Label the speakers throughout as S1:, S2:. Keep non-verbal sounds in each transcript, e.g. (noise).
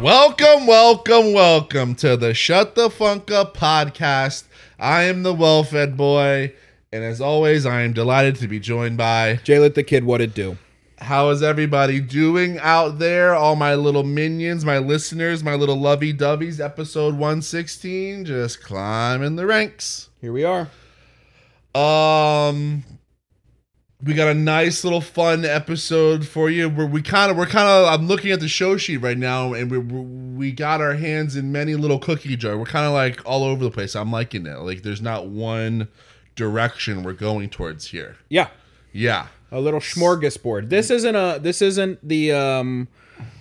S1: Welcome, welcome, welcome to the Shut the Funk Up podcast. I am the well fed boy, and as always, I am delighted to be joined by.
S2: Jay let the kid what it do.
S1: How is everybody doing out there? All my little minions, my listeners, my little lovey doveys, episode 116, just climbing the ranks.
S2: Here we are.
S1: Um we got a nice little fun episode for you where we kind of we're kind of I'm looking at the show sheet right now and we we got our hands in many little cookie jar. We're kind of like all over the place. I'm liking it. Like there's not one direction we're going towards here.
S2: Yeah,
S1: Yeah.
S2: a little smorgasbord. This isn't a. This isn't the. um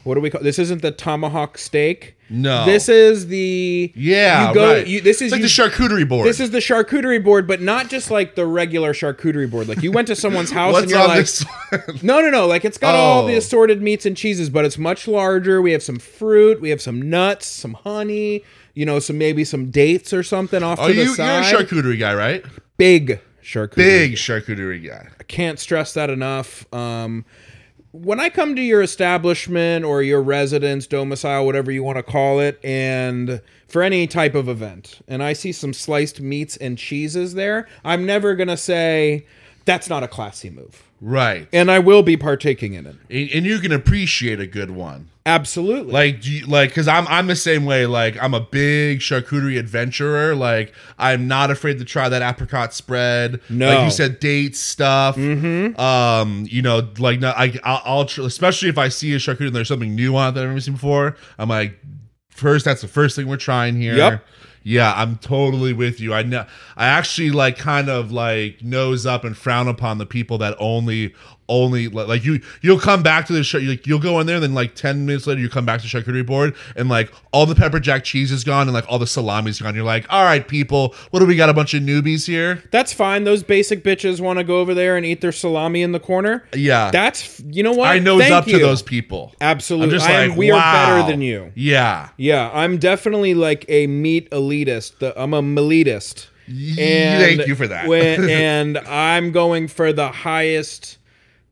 S2: What do we call? This isn't the tomahawk steak.
S1: No.
S2: This is the.
S1: yeah,
S2: You go.
S1: right.
S2: You, this
S1: It's
S2: is
S1: like
S2: you-
S1: the charcuterie board.
S2: This is the charcuterie board, but not just like the regular charcuterie board. Like you went
S1: (laughs)
S2: to someone's house and
S1: What's
S2: you're
S1: on
S2: like,
S1: this one?
S2: no, no, no. Like it's got all the
S1: Oh.
S2: assorted meats and cheeses, but it's much larger. We have some fruit, we have some nuts, some honey, you know, some maybe some dates or something off
S1: Are
S2: to the
S1: Oh, you you're a
S2: side.
S1: charcuterie guy, right?
S2: Big charcuterie.
S1: Big charcuterie guy.
S2: can't stress that enough. Um, when I come to your establishment or your residence, domicile, whatever you want to call it, and for any type of event, and I see some sliced meats and cheeses there, I'm never going to say, that's not a classy move.
S1: Right.
S2: And I will be partaking in it.
S1: and, and you can appreciate a good one.
S2: Absolutely.
S1: Like, do you, like, cause I'm I'm the same way. Like, I'm a big charcuterie adventurer. Like, I'm not afraid to try that apricot spread.
S2: No.
S1: like you said, date stuff. Mm-hmm. Um, you know, like, no, I I'll, I'll tr- especially if I see a charcuterie and there's something new on it that I've never seen before. I'm like, first, that's the first thing we're trying here.
S2: Yep.
S1: Yeah, I'm totally with you. I know. I actually like kind of like nose up and frown upon the people that only only li- like you. You'll come back to the show. Like you'll go in there, and then like ten minutes later, you come back to charcuterie board, and like all the pepper jack cheese is gone, and like all the salami's gone. You're like, all right, people, what do we got? A bunch of newbies here.
S2: that's fine. Those basic bitches want to go over there and eat their salami in the corner.
S1: Yeah,
S2: That's, you know what?
S1: I nose
S2: Thank
S1: up
S2: you.
S1: to those people.
S2: Absolutely.
S1: I'm just
S2: I am-
S1: like,
S2: we are
S1: wow.
S2: better than you.
S1: Yeah,
S2: Yeah, I'm definitely like a meat elitist. The, I'm a elitist.
S1: thank you for that. (laughs)
S2: when- and I'm going for the highest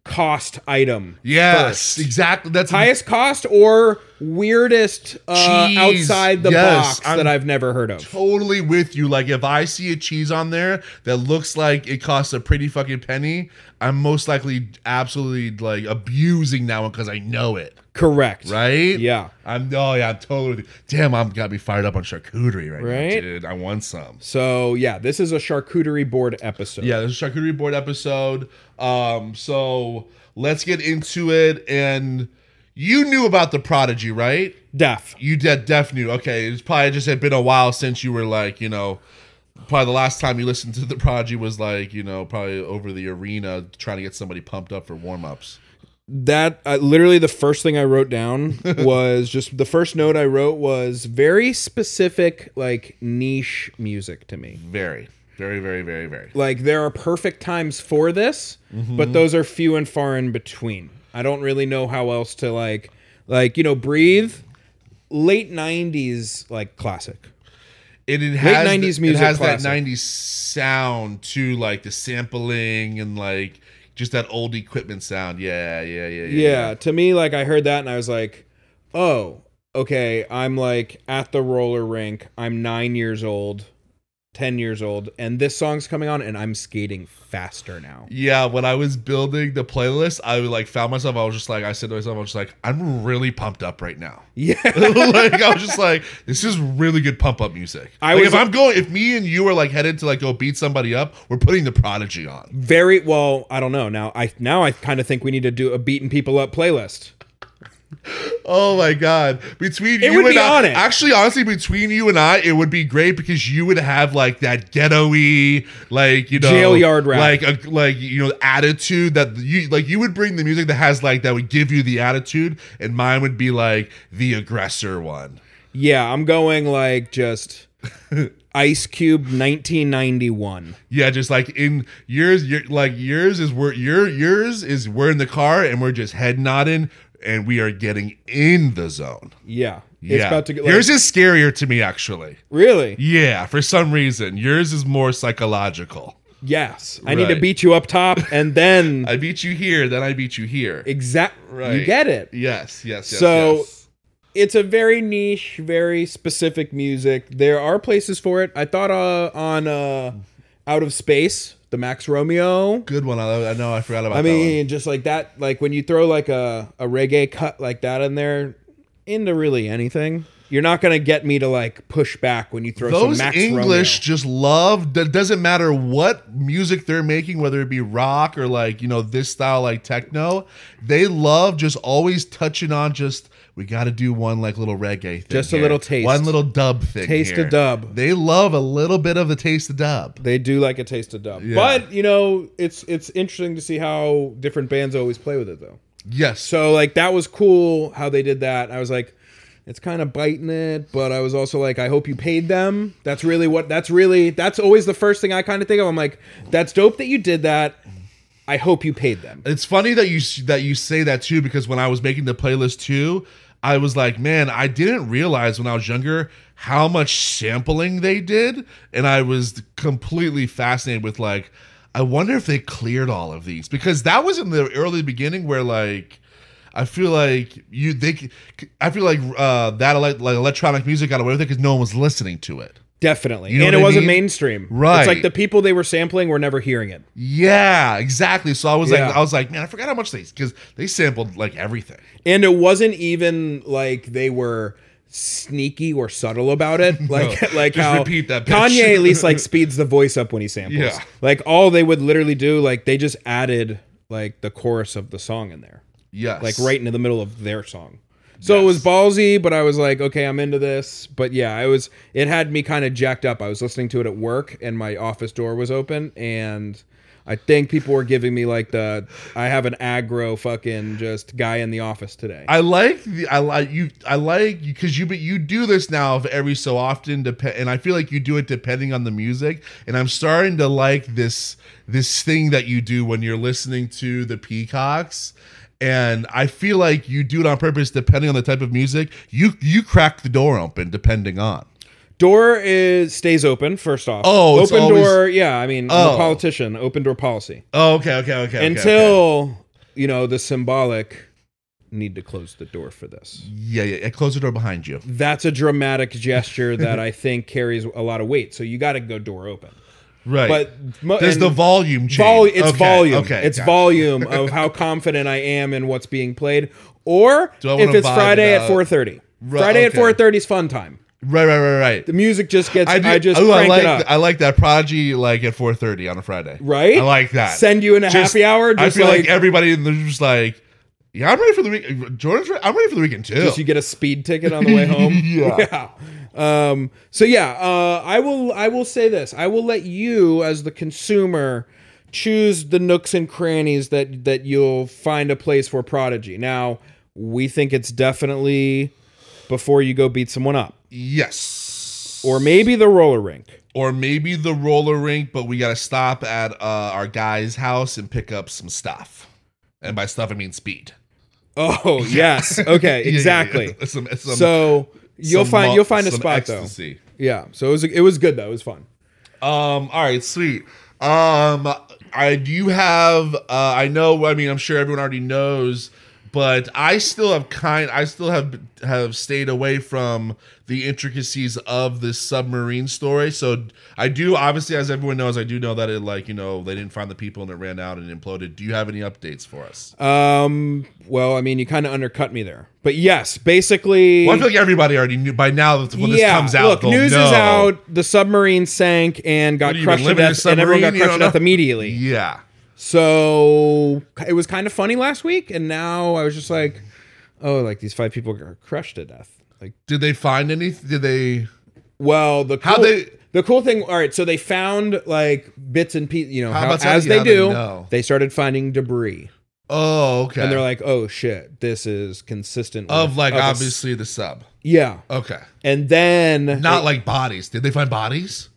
S2: cost item.
S1: yes,
S2: first.
S1: exactly. That's
S2: Highest cost or weirdest uh,
S1: Jeez,
S2: outside the
S1: yes,
S2: box
S1: I'm-
S2: that I've never heard of.
S1: totally with you. Like if I see a cheese on there that looks like it costs a pretty fucking penny, I'm most likely absolutely like abusing that one because I know it,
S2: Correct.
S1: right?
S2: Yeah.
S1: I'm oh yeah, I'm totally. with you. Damn, I'm got me fired up on charcuterie right, now,
S2: Right?
S1: dude. I want some.
S2: So yeah, this is a charcuterie board episode.
S1: Yeah, there's a charcuterie board episode. Um, so let's get into it. And you knew about the prodigy, right?
S2: Def.
S1: You de- def knew. Okay, it's probably just had been a while since you were like, you know, probably the last time you listened to the Prodigy was like, you know, probably over the arena trying to get somebody pumped up for warm ups.
S2: that uh, literally the first thing I wrote down was just the first note I wrote was very specific, like niche music to me.
S1: Very, very, very, very, very.
S2: Like there are perfect times for this, but those are few and far in between. I don't really know how else to like, like you know, breathe. Late '90s like classic.
S1: It, it has
S2: 90s
S1: the-
S2: music
S1: It has that
S2: classic.
S1: '90s sound too, like the sampling and like just that old equipment sound. Yeah, yeah, yeah, yeah.
S2: Yeah, to me, like I heard that and I was like, oh, okay, I'm like at the roller rink. I'm nine years old, 10 years old, and this song's coming on and I'm skating
S1: (laughs)
S2: faster now.
S1: Yeah, when I was building the playlist, I like found myself. I was just like, I said to myself, I was just like, I'm really pumped up right now. (laughs)
S2: Yeah.
S1: like I was just like, this is really good pump up music.
S2: I
S1: like,
S2: was-
S1: if I'm going, if me and you are like headed to like go beat somebody up, we're putting the Prodigy on.
S2: Very well, I don't know. Now I now I kind of think we need to do a beating people up playlist.
S1: Oh my god! Between
S2: It
S1: you
S2: would
S1: and
S2: be
S1: I,
S2: on it.
S1: actually, honestly, between you and I, it would be great because you would have like that ghetto-y, like you know,
S2: Jail yard rap.
S1: like a, like you know, attitude that you like. You would bring the music that has like that would give you the attitude, and mine would be like the aggressor one.
S2: Yeah, I'm going
S1: (laughs)
S2: like just Ice Cube 1991.
S1: Yeah, just like in yours, your, like yours is we're your yours is we're in the car and we're just head nodding and we are getting in the zone.
S2: Yeah.
S1: Yeah,
S2: It's about to get like,
S1: yours is scarier to me actually.
S2: really?
S1: Yeah, for some reason, yours is more psychological.
S2: Yes. I need to
S1: Right.
S2: beat you up top and then
S1: (laughs) I beat you here, then I beat you here.
S2: Exact.
S1: Right.
S2: You get it.
S1: Yes, yes, yes.
S2: So-
S1: yes.
S2: it's a very niche, very specific music. There are places for it. I thought uh, on uh, Out of Space, the Max Romeo.
S1: Good one. I, love- I know. I forgot about.
S2: I
S1: that one.
S2: mean, just like that, like when you throw like a, a reggae cut like that in there, into really anything, you're not gonna get me to like push back when you throw
S1: those
S2: some Max
S1: English
S2: Romeo.
S1: just love. That doesn't matter what music they're making, whether it be rock or like you know this style like techno. They love just always touching on just we got to do one like little reggae, thing
S2: Just a
S1: here.
S2: little taste.
S1: one little dub thing,
S2: Taste of
S1: here.
S2: dub.
S1: They love a little bit of the taste of dub.
S2: They do like a taste of dub, but you know, it's it's interesting to see how different bands always play with it though.
S1: Yes,
S2: So like that was cool how they did that. I was like, it's kind of biting it, but I was also like, I hope you paid them. That's really what. That's really that's always the first thing I kind of think of. I'm like, that's dope that you did that. I hope you paid them.
S1: It's funny that you that you say that too because when I was making the playlist too, I was like, man, I didn't realize when I was younger how much sampling they did, and I was completely fascinated with like, I wonder if they cleared all of these because that was in the early beginning where like. I feel like you. They. c- I feel like uh, that elec like electronic music got away with it because no one was listening to it.
S2: Definitely,
S1: know
S2: and
S1: what
S2: it
S1: I
S2: wasn't
S1: mean?
S2: mainstream.
S1: Right.
S2: It's like the people they were sampling were never hearing it.
S1: Yeah, exactly. So I was
S2: Yeah.
S1: like, I was like, man, I forgot how much they because they sampled like everything.
S2: and it wasn't even like they were sneaky or subtle
S1: (laughs)
S2: about it like like
S1: Just
S2: how
S1: repeat that, bitch.
S2: kanye at
S1: (laughs)
S2: least like speeds the voice up when he samples
S1: Yeah.
S2: like all they would literally do like they just added like the chorus of the song in there
S1: Yes.
S2: like right into the middle of their song so it was ballsy but i was like okay i'm into this but yeah i was it had me kind of jacked up i was listening to it at work and my office door was open and i think people were giving me like the i have an aggro fucking just guy in the office today
S1: I like the I like you I like because you but you do this now of every so often dep- and I feel like you do it depending on the music and I'm starting to like this this thing that you do when you're listening to the Peacocks and I feel like you do it on purpose depending on the type of music you you crack the door open depending on
S2: Door is stays open. First off,
S1: Oh, it's
S2: open
S1: always-
S2: door. Yeah, I mean, I'm
S1: Oh.
S2: a politician. Open door policy
S1: oh okay okay okay, okay
S2: until
S1: okay.
S2: you know the symbolic need to close the door for this.
S1: yeah yeah yeah, close the door behind you
S2: That's a dramatic gesture
S1: (laughs)
S2: that I think carries a lot of weight. So you got to go door open.
S1: right
S2: But mo-
S1: there's
S2: and
S1: the volume change
S2: vol- It's
S1: Okay,
S2: volume.
S1: okay
S2: it's
S1: gotcha.
S2: volume
S1: (laughs)
S2: of how confident I am in what's being played. Or
S1: Do I
S2: if
S1: wanna
S2: it's
S1: vibe
S2: Friday
S1: it
S2: at
S1: out?
S2: 4:30.
S1: Ru-
S2: Friday at
S1: okay.
S2: 4:30 is fun time.
S1: right right right right
S2: The music just gets. I,
S1: do-
S2: just
S1: ooh,
S2: crank
S1: I like
S2: it up.
S1: I like that prodigy like at four thirty on a Friday.
S2: Right?
S1: I like that.
S2: Send you in a
S1: Just-
S2: happy hour.
S1: I
S2: Just
S1: feel like,
S2: like,
S1: everybody in the just like, yeah, I'm ready for the week. Jordan's re- I'm ready for the weekend too.
S2: just you get a speed ticket on the way home.
S1: (laughs) Yeah.
S2: (laughs) Yeah. Um, so yeah, uh, I will. I will say this. I will let you, as the consumer, choose the nooks and crannies that that you'll find a place for Prodigy. Now, we think it's definitely before you go beat someone up,
S1: yes.
S2: or maybe the roller rink.
S1: Or maybe the roller rink, but we got to stop at uh, our guy's house and pick up some stuff. And by stuff I mean speed. (laughs)
S2: Oh yes. Okay.
S1: Yeah, yeah, yeah.
S2: exactly.
S1: Some- some-
S2: so you'll
S1: some
S2: find
S1: mu-
S2: you'll find a
S1: some
S2: spot
S1: ecstasy.
S2: though. Yeah. So it was it was good though. It was fun.
S1: Um. All right. Sweet. Um. I do have. Uh. I know. I mean. I'm sure everyone already knows. But I still have kind. I still have have stayed away from the intricacies of this submarine story. So I do. Obviously, as everyone knows, I do know that it like you know they didn't find the people and it ran out and imploded. Do you have any updates for us?
S2: Um. Well, I mean, you kind of undercut me there, but yes, basically.
S1: well, I feel like everybody already knew by now that when this
S2: yeah.
S1: comes out.
S2: look,
S1: they'll
S2: news
S1: know.
S2: is out. The submarine sank and got
S1: do you
S2: crushed
S1: mean,
S2: to
S1: live in a
S2: death, and everyone got
S1: submarine? You
S2: crushed to
S1: don't
S2: death
S1: know?
S2: immediately.
S1: Yeah.
S2: So it was kind of funny last week, and now I was just like, oh, like these five people got crushed to death. Like,
S1: Did they find any? Did they?
S2: well, the cool,
S1: How'd they-
S2: the cool thing. All right, so they found like bits and pieces. You know,
S1: How
S2: how,
S1: about
S2: as
S1: that? Yeah,
S2: they
S1: how they
S2: do,
S1: know.
S2: they started finding debris,
S1: Oh, okay.
S2: and they're like, oh shit, this is consistent
S1: of like
S2: a s-
S1: obviously the sub.
S2: yeah.
S1: Okay.
S2: And then
S1: Not like bodies. Did they find bodies?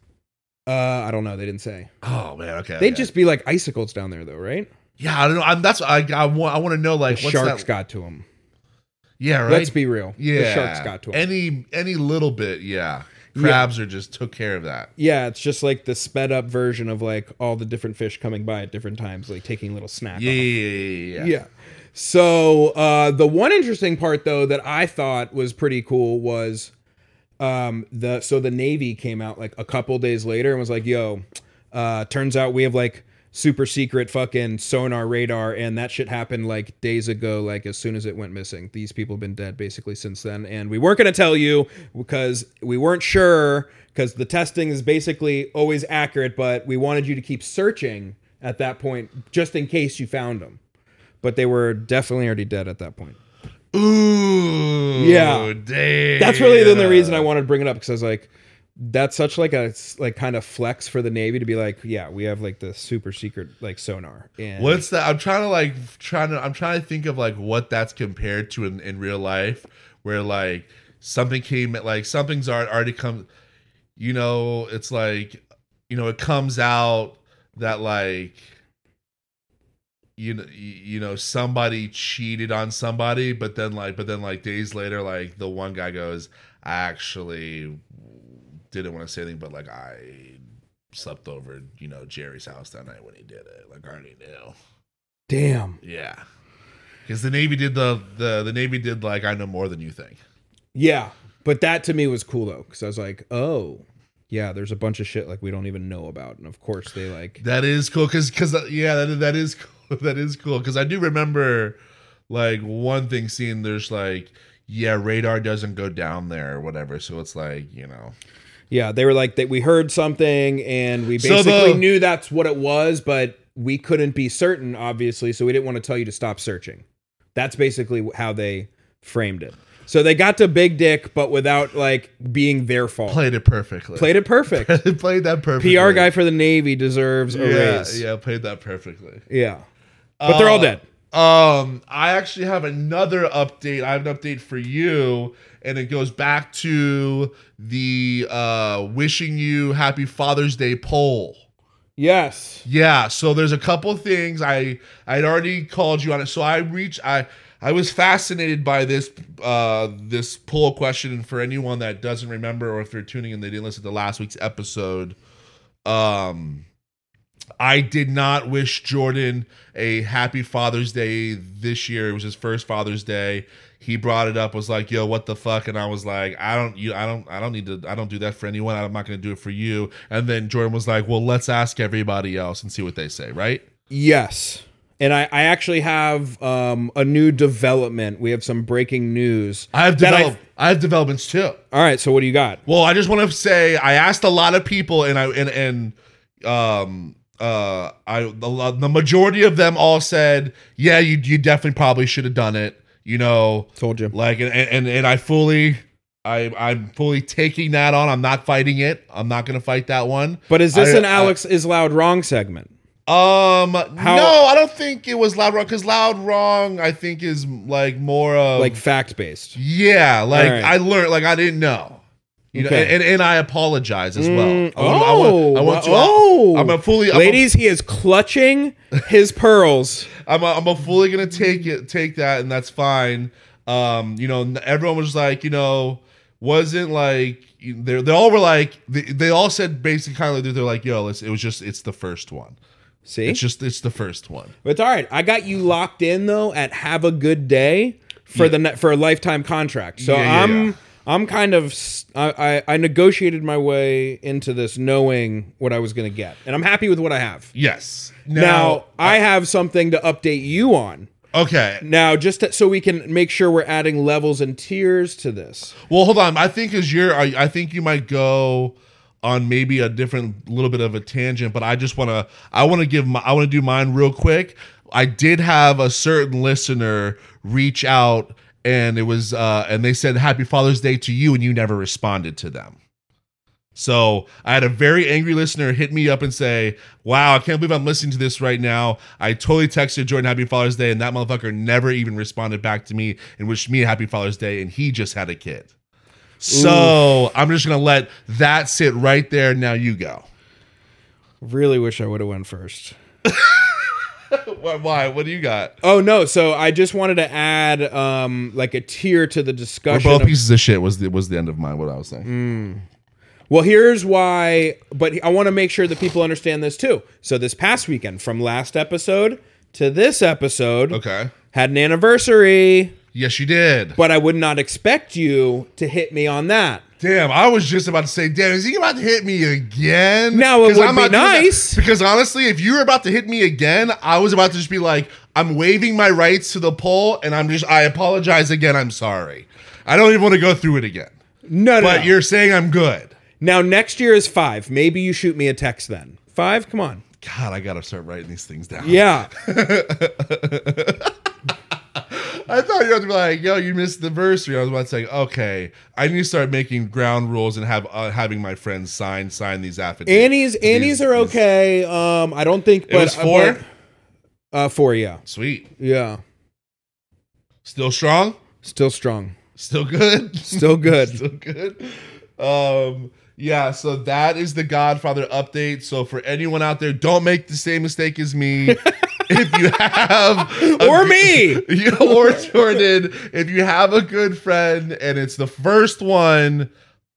S2: uh, I don't know. They didn't say.
S1: Oh man, okay.
S2: They'd
S1: okay.
S2: just be like icicles down there, though, right?
S1: yeah. I don't know. I'm, that's I I want I want to know like what's
S2: sharks
S1: that?
S2: got to them.
S1: yeah, right.
S2: Let's be real.
S1: yeah.
S2: the sharks got to them.
S1: Any any little bit, yeah. Crabs are just took care of that.
S2: yeah, it's just like the sped up version of like all the different fish coming by at different times, like taking a little snack.
S1: Yeah,
S2: off.
S1: yeah, yeah, yeah, yeah.
S2: yeah. So uh, the one interesting part though that I thought was pretty cool was um, the so the Navy came out like a couple days later and was like, "Yo, uh, turns out we have like super secret fucking sonar radar, and that shit happened like days ago. Like as soon as it went missing, these people have been dead basically since then, and we weren't gonna tell you because we weren't sure because the testing is basically always accurate, but we wanted you to keep searching at that point just in case you found them." But they were definitely already dead at that point.
S1: Ooh.
S2: Yeah.
S1: Damn.
S2: that's really then the reason I wanted to bring it up because I was like, that's such like a like kind of flex for the Navy to be like, yeah, we have like the super secret like sonar. And
S1: What's that? I'm trying to like trying to I'm trying to think of like what that's compared to in, in real life, where like something came like something's al- already come, you know, it's like you know it comes out that like you know you know somebody cheated on somebody, but then like but then like days later like the one guy goes, I actually didn't want to say anything, but like I slept over you know Jerry's house that night when he did it. Like I already knew.
S2: damn,
S1: Yeah. Because the Navy did the, the the Navy did like I know more than you think.
S2: yeah. But that to me was cool though because I was like, oh, yeah, there's a bunch of shit like we don't even know about, and of course they like,
S1: That is cool. Because because yeah, that that is cool. (laughs) that is cool. Because I do remember like one thing seeing there's like yeah radar doesn't go down there or whatever. So it's like you know
S2: yeah, they were like that we heard something and we
S1: So the-
S2: basically knew that's what it was, but we couldn't be certain obviously, so we didn't want to tell you to stop searching. That's basically how they framed it. So they got to Big Dick, but without like being their fault.
S1: played it perfectly.
S2: Played it perfect.
S1: (laughs) played that perfectly.
S2: PR guy for the Navy deserves a
S1: Yeah,
S2: raise. Yeah.
S1: yeah, played that perfectly.
S2: But they're
S1: Uh,
S2: all dead.
S1: Um, I actually have another update. I have an update for you, and it goes back to the uh, wishing you happy Father's Day poll.
S2: Yes.
S1: Yeah, so there's a couple things I I'd already called you on it. So I reached I I was fascinated by this uh this poll question and for anyone that doesn't remember or if they're tuning in they didn't listen to last week's episode um I did not wish Jordan a happy Father's Day this year. It was his first Father's Day. He brought it up, was like, "Yo, what the fuck?" And I was like, "I don't, you, I don't, I don't need to, I don't do that for anyone. I'm not going to do it for you." And then Jordan was like, "Well, let's ask everybody else and see what they say." Right?
S2: Yes. And I, I actually have um, a new development. We have some breaking news.
S1: I have
S2: That I-
S1: develop, I have developments too.
S2: All right. So what do you got?
S1: Well, I just want to say I asked a lot of people, and I and and um uh I the, lo- the majority of them all said, yeah, you you definitely probably should have done it. You know,
S2: Told you.
S1: like and and, and I fully. I, I'm fully taking that on. I'm not fighting it. I'm not gonna fight that one.
S2: But is this
S1: I-
S2: an Alex is loud wrong segment?
S1: Um, no, I don't think it was loud wrong because loud wrong I think is like more of
S2: Like fact based.
S1: Yeah, like
S2: All right.
S1: I learned, like I didn't know. You know,
S2: Okay.
S1: and, and, and I apologize as well.
S2: Mm,
S1: I want, I want, I want to.
S2: oh.
S1: I'm a fully, I'm a-
S2: Ladies, he is clutching his pearls.
S1: I'm, a, I'm a fully gonna take it, take that, and that's fine. Um, you know, n- everyone was like, you know, wasn't like they they all were like they, they all said basically kind of like they're like, yo, it's, it was just it's the first one.
S2: See?
S1: It's just it's the first one.
S2: But it's all right. I got you locked in though at have a good day for the net for a lifetime contract. So
S1: Yeah, yeah,
S2: I'm
S1: yeah.
S2: I'm kind of s- I, I I negotiated my way into this knowing what I was going to get, and I'm happy with what I have.
S1: Yes.
S2: Now I have something to update you on.
S1: okay.
S2: Now just to, so we can make sure we're adding levels and tiers to this.
S1: Well, hold on. I think as you're, I, I think you might go on maybe a different little bit of a tangent, but I just want to, I want to give my, I want to do mine real quick. I did have a certain listener reach out and it was, uh, and they said, Happy Father's Day to you, and you never responded to them. So I had a very angry listener hit me up and say, Wow, I can't believe I'm listening to this right now. I totally texted Jordan Happy Father's Day, and that motherfucker never even responded back to me and wished me a Happy Father's Day, and he just had a kid. So I'm just gonna let that sit right there. Now you go.
S2: Really wish I would have went first.
S1: Why? why? What do you got?
S2: Oh no! So I just wanted to add um like a tier to the
S1: We're
S2: discussion.
S1: both
S2: of-
S1: pieces of shit. Was the was the end of mine? What I was saying.
S2: Well, here's why, but I want to make sure that people understand this too. So, this past weekend, from last episode to this episode,
S1: Okay.
S2: had an anniversary,
S1: Yes, you did.
S2: but I would not expect you to hit me on that.
S1: Damn, I was just about to say, damn, is he about to hit me again?
S2: Now it
S1: 'Cause
S2: would be
S1: not doing that.
S2: nice.
S1: Because honestly, if you were about to hit me again, I was about to just be like, I'm waiving my rights to the poll and I'm just, I apologize again. I'm sorry. I don't even want to go through it again.
S2: No, no.
S1: But
S2: no.
S1: you're saying I'm good.
S2: now next year is five. Maybe you shoot me a text then. Five? Come on.
S1: God, I got to start writing these things down.
S2: Yeah.
S1: (laughs) I thought you had to be like, yo, you missed the anniversary. I was about to say, okay, I need to start making ground rules and have uh, having my friends sign sign these affidavits.
S2: Annie's Annie's are
S1: These-
S2: okay. Um, I don't think. But,
S1: was four?
S2: but- uh, four. Yeah.
S1: Sweet.
S2: Yeah.
S1: Still strong?
S2: Still strong.
S1: Still good? (laughs)
S2: Still good.
S1: Still good. Um, yeah, so that is the Godfather update. So for anyone out there, don't make the same mistake as me. if you have a
S2: or me.
S1: you know, or Jordan, if you have a good friend and it's the first one,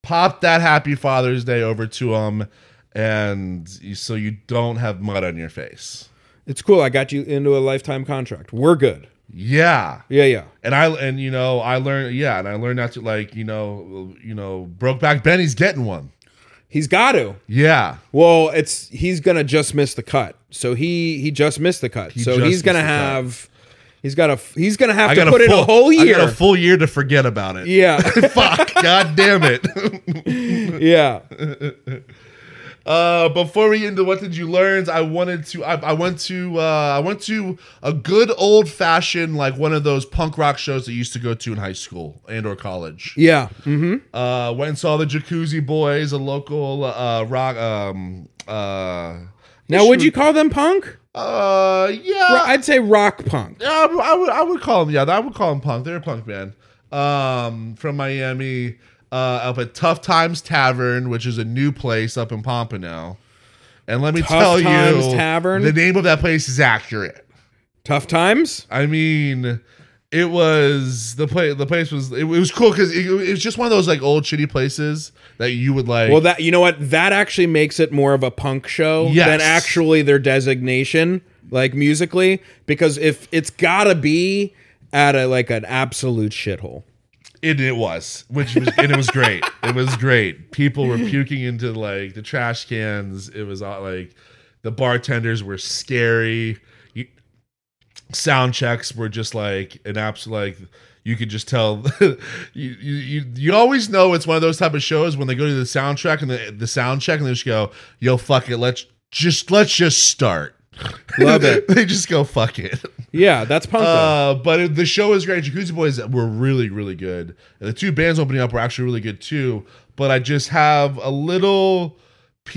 S1: pop that Happy Father's Day over to them, and you- so you don't have mud on your face.
S2: It's cool. I got you into a lifetime contract. We're good.
S1: Yeah,
S2: Yeah. Yeah.
S1: and I and you know I learned yeah, and I learned not to like you know you know Brokeback Benny's getting one.
S2: He's got to.
S1: Yeah,
S2: Well, it's he's gonna just miss the cut. So he he just missed the cut. so
S1: just
S2: he's gonna
S1: missed the cut.
S2: have he's got a he's gonna have
S1: I
S2: to
S1: got
S2: put
S1: a
S2: in
S1: full,
S2: a whole
S1: I
S2: year.
S1: got a full year to forget about it.
S2: (laughs)
S1: (laughs)
S2: yeah,
S1: Fuck, god damn it.
S2: yeah.
S1: Uh, before we get into what did you learn, I wanted to I, I went to uh, I went to a good old fashioned like one of those punk rock shows that you used to go to in high school and or college. (laughs)
S2: Yeah. Mm-hmm.
S1: Uh, went and saw the Jacuzzi Boys, a local uh, rock. Um, uh,
S2: Now, would you call them punk?
S1: uh, yeah,
S2: I'd say rock punk.
S1: Yeah, I, would- I would I would call them. Yeah, I would call them punk. They're a punk band um, from Miami, uh, up at Tough Times Tavern, which is a new place up in Pompano. And let me
S2: Tough
S1: tell
S2: Times
S1: you,
S2: Tavern?
S1: the name of that place is accurate.
S2: Tough times.
S1: I mean, it was the place. The place was it, was cool because it, it was just one of those like old shitty places that you would like.
S2: Well, that you know what that actually makes it more of a punk show
S1: Yes.
S2: than actually their designation, like musically, because if it's gotta be at a like an absolute shithole.
S1: It, it was, which was, and it was great. It was great. People were puking into like the trash cans. It was all like the bartenders were scary. You, sound checks were just like an absolute like you could just tell. (laughs) you, you you you always know it's one of those type of shows when they go to the soundtrack and the the sound check and they just go, "Yo, fuck it, let's just let's just start."
S2: Love
S1: (laughs)
S2: it.
S1: they just go, "Fuck it."
S2: Yeah, that's punk. though.
S1: Uh, but it- the show is great. Jacuzzi Boys were really, really good. And the two bands opening up were actually really good too. But I just have a little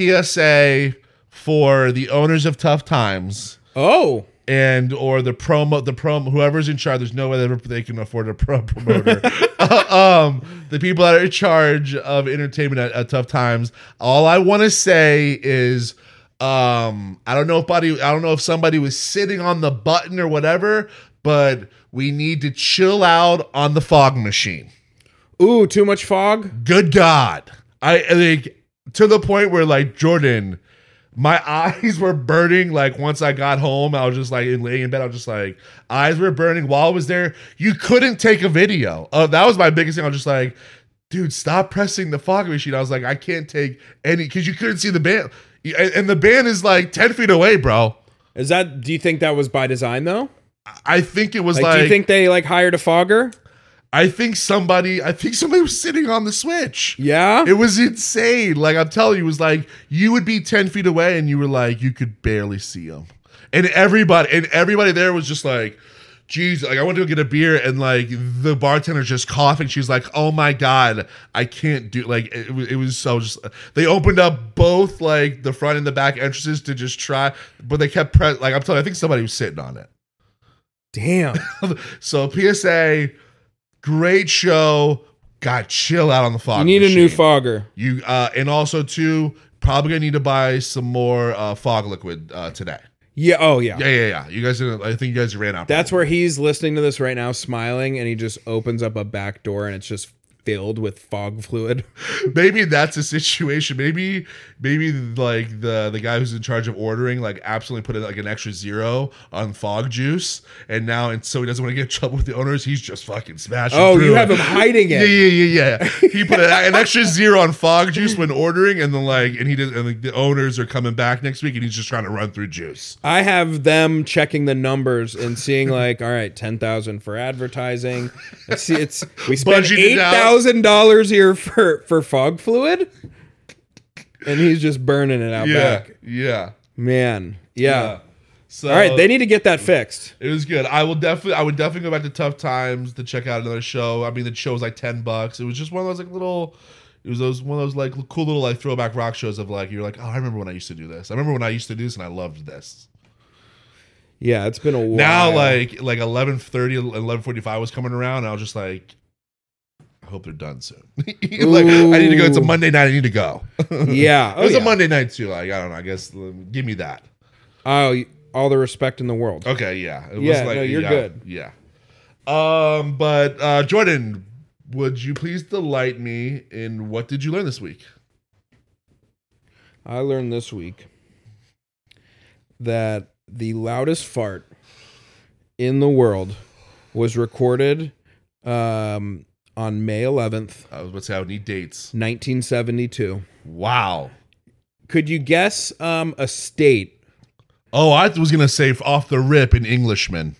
S1: PSA for the owners of Tough Times
S2: oh,
S1: and or the promo the promo whoever's in charge there's no way that they can afford a pro promoter Uh, um the people that are in charge of entertainment at, at tough times all i want to say is um i don't know if buddy i don't know if somebody was sitting on the button or whatever but we need to chill out on the fog machine
S2: ooh, too much fog.
S1: good god i I think to the point where like jordan my (laughs) eyes were burning like once i got home i was just like in laying in bed i was just like eyes were burning while i was there you couldn't take a video oh that was my biggest thing i was just like dude stop pressing the fog machine i was like i can't take any because you couldn't see the band You- and and the band is like 10 feet away bro
S2: Is that? Do you think that was by design though?
S1: i think it was
S2: Like,
S1: like,
S2: do you think they like hired a fogger?
S1: i think somebody i think somebody was sitting on the switch
S2: Yeah.
S1: It was insane. Like I'm telling you, it was like you would be ten feet away and you were like you could barely see him, and everybody and everybody there was just like, "Geez!" Like I went to go get a beer and like the bartender's just coughing. She's like, "Oh my god, I can't do." Like it, was- it was so just. They opened up both like the front and the back entrances to just try, but they kept press. Like I'm telling you, I think somebody was sitting on it.
S2: Damn.
S1: So PSA, great show. God, chill out on the fog.
S2: You need a new
S1: machine.
S2: fogger.
S1: You uh, and also too probably gonna need to buy some more uh, fog liquid uh, today.
S2: Yeah. Oh yeah.
S1: Yeah, yeah, yeah. You guys, didn't, I think you guys ran out.
S2: That's where he's listening to this right now, smiling, and he just opens up a back door, and it's just filled with fog fluid.
S1: (laughs) maybe that's a situation. Maybe maybe like the the guy who's in charge of ordering like absolutely put in like an extra zero on fog juice, and now and so he doesn't want to get in trouble with the owners. He's just fucking smashing.
S2: Oh,
S1: through
S2: you
S1: it. (laughs)
S2: have him hiding
S1: Yeah,
S2: it.
S1: yeah, yeah, yeah. He put an, an extra zero on fog juice when ordering, and then like, and he did, and like, the owners are coming back next week, and he's just trying to run through juice.
S2: I have them checking the numbers and seeing like, all right, ten thousand for advertising. It's, it's we spent
S1: Budgeted
S2: eight
S1: out.
S2: thousand dollars here for for fog fluid, and he's just burning it out
S1: Yeah,
S2: back.
S1: yeah.
S2: Man, yeah.
S1: So
S2: All right, they need to get that fixed.
S1: It was good. I will definitely, I would definitely go back to Tough Times to check out another show. I mean, the show was like ten bucks. It was just one of those like little, it was those one of those like cool little like throwback rock shows of like you're like, oh, I remember when I used to do this. I remember when I used to do this, and I loved this.
S2: Yeah, it's been a while.
S1: Now like like 11:30, 11:45 was coming around, and I was just like, I hope they're done soon. (laughs) like I need to go. It's a
S2: Ooh.
S1: Monday night. I need to go. (laughs) it
S2: yeah, oh,
S1: was
S2: yeah.
S1: a Monday night too. Like I don't know. I guess um, give me that.
S2: Oh, y- all the respect in the world.
S1: Okay, yeah. It
S2: Yeah, no, you're
S1: yeah,
S2: good.
S1: Yeah. Um, but uh Jordan, would you please delight me in what did you learn this week?
S2: I learned this week that the loudest fart in the world was recorded um, on May 11th,
S1: I was about to say I would need dates.
S2: 1972.
S1: Wow.
S2: Could you guess um, a state?
S1: Oh, I was gonna say off the rip in Englishman.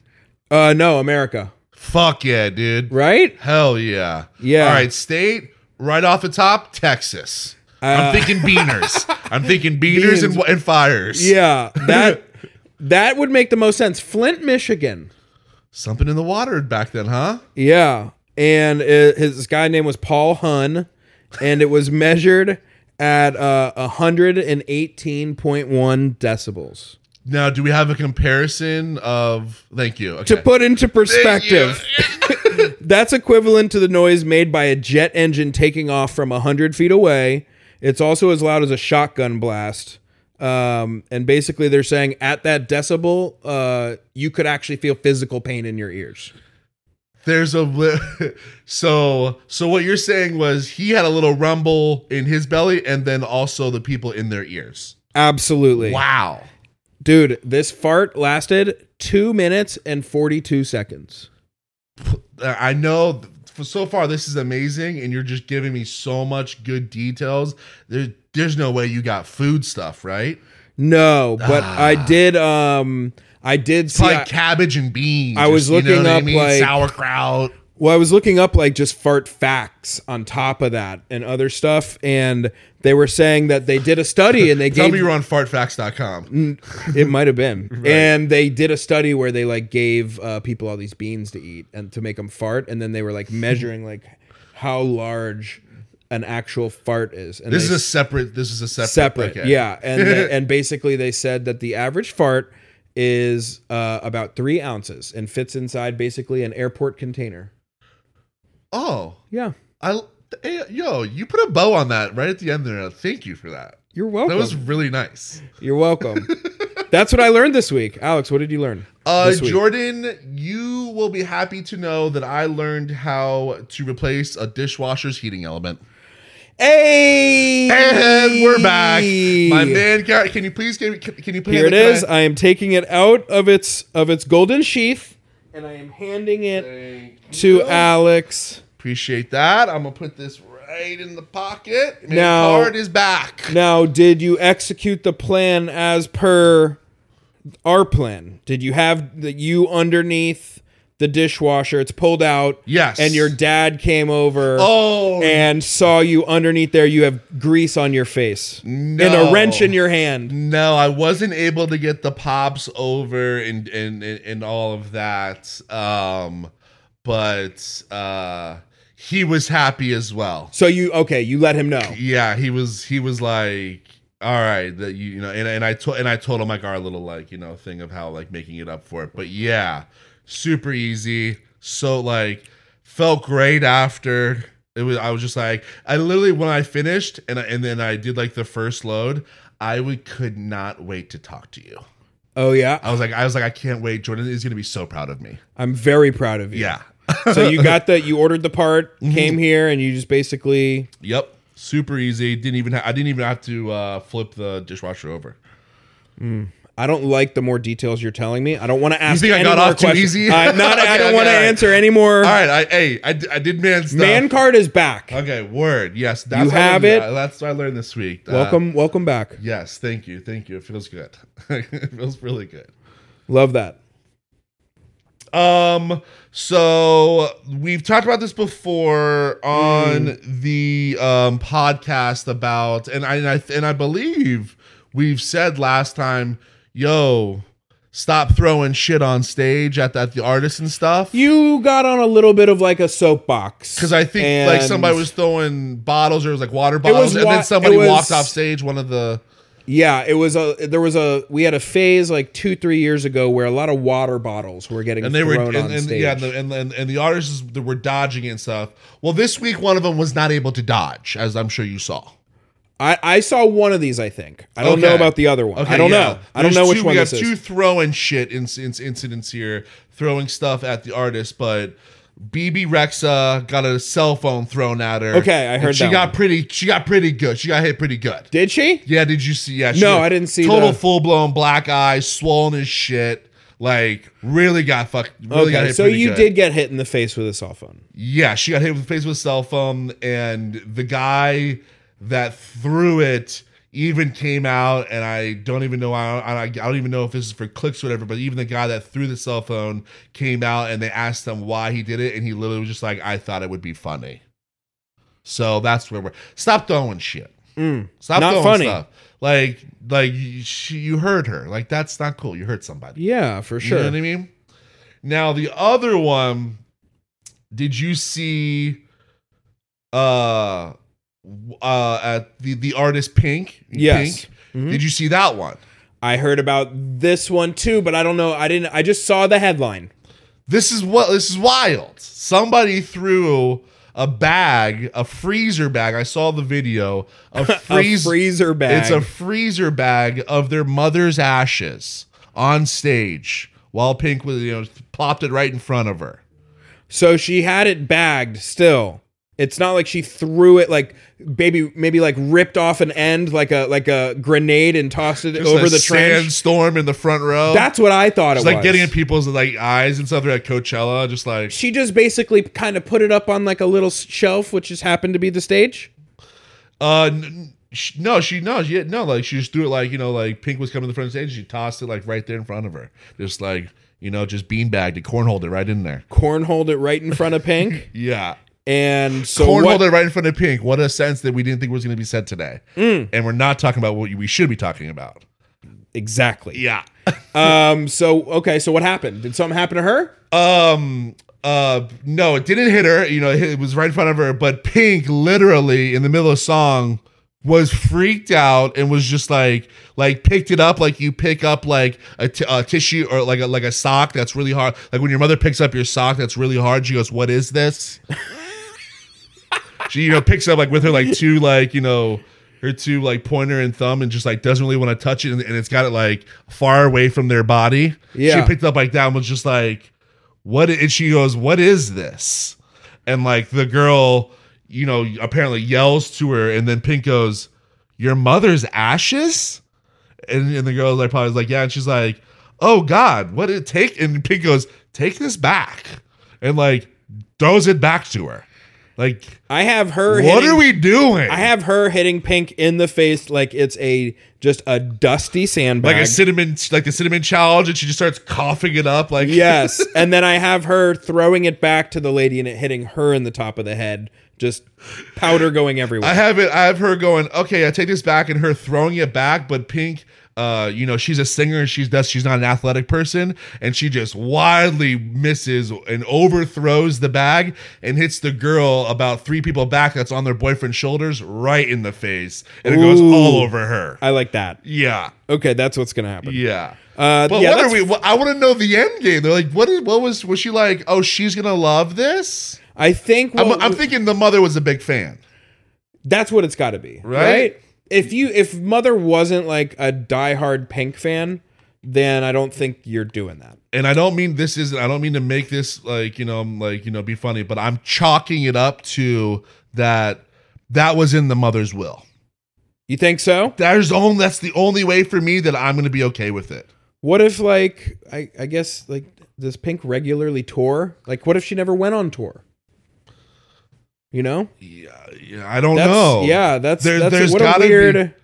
S2: Uh, no, America,
S1: Fuck yeah, dude.
S2: right?
S1: Hell yeah.
S2: Yeah.
S1: All right, state right off the top, Texas.
S2: Uh,
S1: I'm
S2: (laughs)
S1: thinking beaners. I'm thinking beaners and, and fires.
S2: Yeah, that that would make the most sense. Flint, Michigan.
S1: Something in the water back then, huh?
S2: Yeah, and it, his this guy name was Paul Hun, and it was measured at uh, 118.1 decibels.
S1: Now, do we have a comparison of? Thank you. Okay.
S2: To put into perspective, that's equivalent to the noise made by a jet engine taking off from 100 feet away. It's also as loud as a shotgun blast. Um, and basically, they're saying at that decibel, uh, you could actually feel physical pain in your ears.
S1: There's a li- (laughs) so so what you're saying was he had a little rumble in his belly and then also the people in their ears.
S2: Absolutely.
S1: Wow.
S2: Dude, this fart lasted two minutes and 42 seconds.
S1: Uh, I know for so far this is amazing and you're just giving me so much good details. There there's no way you got food stuff, right?
S2: No, but
S1: Ah.
S2: I did, um, I did see,
S1: Probably
S2: I,
S1: cabbage and beans.
S2: I
S1: or-
S2: was
S1: you know
S2: looking
S1: what
S2: up, like-
S1: sauerkraut.
S2: well, I was looking up like just fart facts on top of that and other stuff. And they were saying that they did a study and they
S1: (laughs)
S2: Mm,
S1: Tell me
S2: gave,
S1: you're on fartfacts.com.
S2: (laughs) it might
S1: (laughs)
S2: have been, and they did a study where they like gave uh, people all these beans to eat and to make them fart. And then they were like measuring like how large an actual fart is. And
S1: This
S2: they
S1: is a separate this is a separate
S2: separate.
S1: okay.
S2: Yeah, and
S1: (laughs)
S2: they- and basically they said that the average fart is uh, about three ounces and fits inside basically an airport container.
S1: Oh.
S2: Yeah,
S1: I eh, yo, you put a bow on that right at the end there. Thank you for that.
S2: you're welcome.
S1: That was really nice.
S2: you're welcome. That's what I learned this week. Alex, what did you learn?
S1: Uh,
S2: This week.
S1: Jordan, you will be happy to know that I learned how to replace a dishwasher's heating element.
S2: Hey,
S1: And we're back. My man, Garrett, can you please give, can, can you play
S2: Here it
S1: the- can
S2: is. I am taking it out of its of its golden sheath, and I am handing it
S1: I-
S2: to Alex.
S1: Appreciate that. I'm gonna put this right in the pocket. My
S2: Now-
S1: card is back.
S2: Now, did you execute the plan as per our plan? Did you have the you underneath the dishwasher? It's pulled out.
S1: Yes.
S2: And your dad came over
S1: Oh,
S2: and saw you underneath there. You have grease on your face and
S1: No.
S2: a wrench in your hand.
S1: No, I wasn't able to get the pops over and and and, and all of that. Um, but uh, he was happy as well.
S2: So you okay? You let him know.
S1: Yeah, he was. He was like, "All right, that you you know." And and I told and I told him like our little like you know thing of how like making it up for it. But yeah, super easy. So like, felt great after. It was. I was just like, I literally when I finished and I, and then I did like the first load. I would, could not wait to talk to you.
S2: Oh yeah,
S1: I was like, I was like, I can't wait. Jordan is gonna be so proud of me.
S2: I'm very proud of you.
S1: Yeah, (laughs) Mm-hmm.
S2: so you got the you ordered the part, came here, and you just basically
S1: Yep. Super easy. Didn't even ha- I didn't even have to uh, flip the dishwasher over.
S2: I don't like the more details you're telling me. I don't want to ask.
S1: think I
S2: any
S1: got
S2: more
S1: off too
S2: questions.
S1: easy?
S2: (laughs) I'm not. I
S1: Okay,
S2: don't
S1: okay,
S2: want to
S1: all right.
S2: answer any more.
S1: All right, I hey, I, d- I did man stuff.
S2: Man card is back.
S1: Okay, word. Yes, that's
S2: You
S1: what I
S2: have
S1: learned-
S2: it?
S1: yeah, that's what I learned this week. Uh,
S2: welcome, welcome back.
S1: yes, thank you, thank you. It feels good. (laughs) it feels really good.
S2: Love that.
S1: Um, so we've talked about this before on
S2: Mm.
S1: the um podcast about, and I and I and I believe we've said last time, yo, stop throwing shit on stage at that the artists and stuff.
S2: You got on a little bit of like a soapbox
S1: Because I think like somebody
S2: and-
S1: was throwing bottles or it was like water bottles, and
S2: wa-
S1: then somebody
S2: it was-
S1: walked off stage. One of the
S2: Yeah, it was a. There was a. We had a phase like two, three years ago where a lot of water bottles were getting
S1: and they were and,
S2: thrown on
S1: and
S2: stage.
S1: yeah and the, and, and, and the artists that were dodging it and stuff. Well, this week one of them was not able to dodge, as I'm sure you saw.
S2: I, I saw one of these. I think I don't
S1: Okay.
S2: know about the other one. I don't
S1: yeah.
S2: know. I don't
S1: There's
S2: know which
S1: two,
S2: one
S1: We
S2: this
S1: have two
S2: is.
S1: throwing shit inc- inc- incidents here, throwing stuff at the artist, but BB Rexa got a cell phone thrown at her.
S2: Okay, I
S1: and
S2: heard
S1: she
S2: that
S1: got
S2: one.
S1: pretty. She got pretty good. She got hit pretty good.
S2: Did she?
S1: Yeah, did you see? Yeah, she-
S2: No, I didn't see
S1: Total
S2: the-
S1: full blown black eye, swollen as shit. Like really got fucked. Really got
S2: okay,
S1: hit.
S2: so
S1: pretty
S2: you
S1: good.
S2: did get hit in the face with a cell phone.
S1: Yeah, she got hit with the face with a cell phone, and the guy that threw it even came out, and I don't even know. I I, I don't even know if this is for clicks or whatever. But even the guy that threw the cell phone came out, and they asked him why he did it, and he literally was just like, "I thought it would be funny." So that's where we're. Stop throwing shit. Stop
S2: Not
S1: throwing
S2: funny.
S1: stuff. Like like you- she, you heard her. Like that's not cool. You hurt somebody.
S2: Yeah, for sure.
S1: You know what I mean? Now the other one, did you see uh w- uh at the the artist Pink?
S2: Yes. Mm-hmm.
S1: Pink? Did you see that one?
S2: I heard about this one too, but I don't know. I didn't. I just saw the headline.
S1: This is what this is wild. Somebody threw a bag, a freezer bag. I saw the video. A
S2: (laughs) a
S1: freezer
S2: freezer bag.
S1: It's a freezer bag of their mother's ashes on stage while Pink was you know plopped it right in front of her.
S2: so she had it bagged still. It's not like she threw it like maybe maybe like ripped off an end like a like a grenade and tossed it
S1: Just
S2: over
S1: a
S2: the trench.
S1: sandstorm in the front row.
S2: That's what I thought it
S1: it's
S2: was.
S1: like getting in people's like eyes and stuff. They're at Coachella, just like
S2: she just basically kind of put it up on like a little s- shelf, which just happened to be the stage.
S1: uh. N- n- sh- no, she no, she no, like she just threw it like you know, like Pink was coming to the front stage. She tossed it like right there in front of her, just like you know, just beanbagged it, cornholed it right in there.
S2: Cornholed it right in front
S1: (laughs)
S2: of Pink,
S1: Yeah,
S2: and so
S1: cornholed
S2: what,
S1: it right in front of Pink. What a sense that we didn't think was going to be said today,
S2: Mm.
S1: and we're not talking about what we should be talking about.
S2: exactly.
S1: Yeah.
S2: Um. So okay. So what happened? Did something happen to her?
S1: Um. Uh. No, it didn't hit her. You know, it hit- it was right in front of her. But Pink, literally in the middle of song, was freaked out and was just like, like picked it up, like you pick up like a, t- a tissue or like a, like a sock that's really hard. Like when your mother picks up your sock that's really hard, she goes, "What is this?" she you know picks up like with her like two like you know. Her two like pointer and thumb, and just like doesn't really want to touch it, and, and it's got it like far away from their body.
S2: Yeah.
S1: she picked up like that and was just like, what i- and she goes what is this and like the girl you know apparently yells to her and then pink goes your mother's ashes and, and the girl's like probably was like yeah and she's like oh god what did it take and pink goes take this back and like throws it back to her like
S2: I have her.
S1: what
S2: hitting-
S1: are we doing
S2: I have her hitting Pink in the face like it's a just a dusty sandbag. (laughs)
S1: like a cinnamon like the cinnamon challenge and she just starts coughing it up like
S2: yes, and then I have her throwing it back to the lady and it hitting her in the top of the head, just powder going everywhere.
S1: I have it. I have her going. Okay, I take this back, and her throwing it back. But Pink, uh, you know, she's a singer. and She's does. She's not an athletic person, and she just wildly misses and overthrows the bag and hits the girl about three people back that's on their boyfriend's shoulders right in the face, and it goes
S2: Ooh.
S1: all over her.
S2: I, like that.
S1: Yeah,
S2: Okay, that's what's gonna happen.
S1: yeah.
S2: Uh,
S1: but
S2: yeah,
S1: what are
S2: that's-
S1: we? What, I want to know the end game. They're like, what? Is, what was? Was she like? Oh, she's gonna love this.
S2: I think
S1: I'm,
S2: what-
S1: I'm thinking the mother was a big fan.
S2: that's what it's got to be,
S1: Right?
S2: right? If you if Mother wasn't like a diehard Pink fan, then I don't think you're doing that.
S1: and I don't mean this isn't I don't mean to make this like you know I'm like you know be funny, but I'm chalking it up to that that was in the mother's will.
S2: You think so?
S1: There's only that's the only way for me that I'm gonna be okay with it.
S2: What if like I, I guess like does Pink regularly tour? Like what if she never went on tour? You know?
S1: Yeah, yeah I don't
S2: That's,
S1: know.
S2: Yeah, that's
S1: There-
S2: that's
S1: there's
S2: what a
S1: gotta be-
S2: weird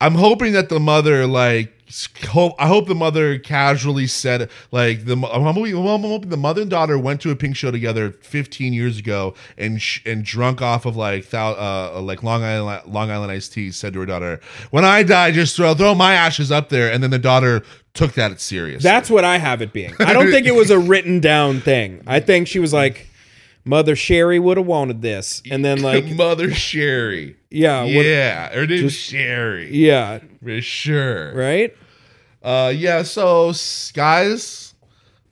S1: I'm hoping that the mother like s- hope I hope the mother casually said like the mo- I'm hoping, I'm hoping the mother and daughter went to a pink show together 15 years ago and sh- and drunk off of like thou, uh like Long Island Long Island iced tea said to her daughter when I die just throw throw my ashes up there and then the daughter took that serious
S2: That's what I have it being. I don't think it
S1: (laughs)
S2: was a written down thing. I think she was like Mother Sherry would have wanted this. And
S1: (laughs)
S2: then like
S1: mother Sherry
S2: yeah, what- e
S1: yeah her name is Sherry
S2: yeah,
S1: for sure
S2: right?
S1: Uh, yeah. So s- guys,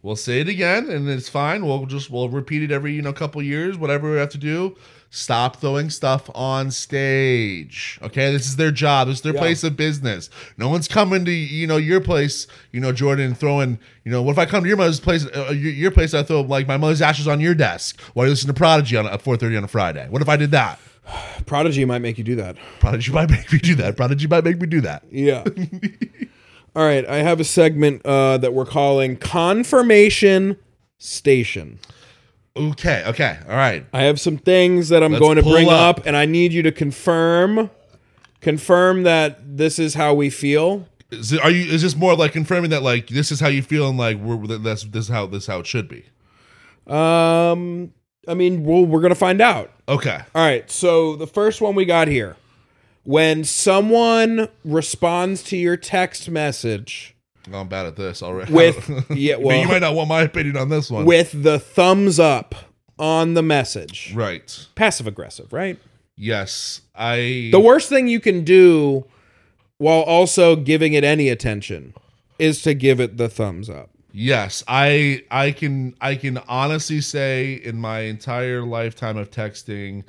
S1: we'll say it again, and it's fine. We'll just we'll repeat it every you know couple years, whatever we have to do. Stop throwing stuff on stage. Okay, this is their job. This is their place of business. No one's coming to you know your place. You know Jordan throwing. You know what if I come to your mother's place? Uh, your, your place, I throw like my mother's ashes on your desk while you listen to Prodigy on at four thirty on a Friday. What if I did that?
S2: Prodigy might make you do that.
S1: Prodigy might (laughs) make me do that. Prodigy might make me do that. (laughs)
S2: Yeah. All right, I have a segment uh, that we're calling Confirmation Station.
S1: Okay. Okay. All right.
S2: I have some things that I'm
S1: Let's
S2: going to
S1: pull
S2: bring
S1: up.
S2: up. and I need you to confirm confirm that this is how we feel.
S1: Is it, are you? Is this more like confirming that like this is how you feel and like we're that- that's this is how this is how it should be?
S2: Um I mean, we'll, we're going to find out.
S1: Okay.
S2: All right, so the first one we got here. When someone responds to your text message
S1: I'm bad at this already. (laughs)
S2: (laughs) With-
S1: But
S2: yeah, well-
S1: Oh. you might not want my opinion on this one.
S2: with the thumbs up on the message,
S1: right.
S2: passive aggressive, right?
S1: Yes. I.
S2: The worst thing you can do while also giving it any attention is to give it the thumbs up.
S1: yes. I. I can. I can honestly say in my entire lifetime of texting,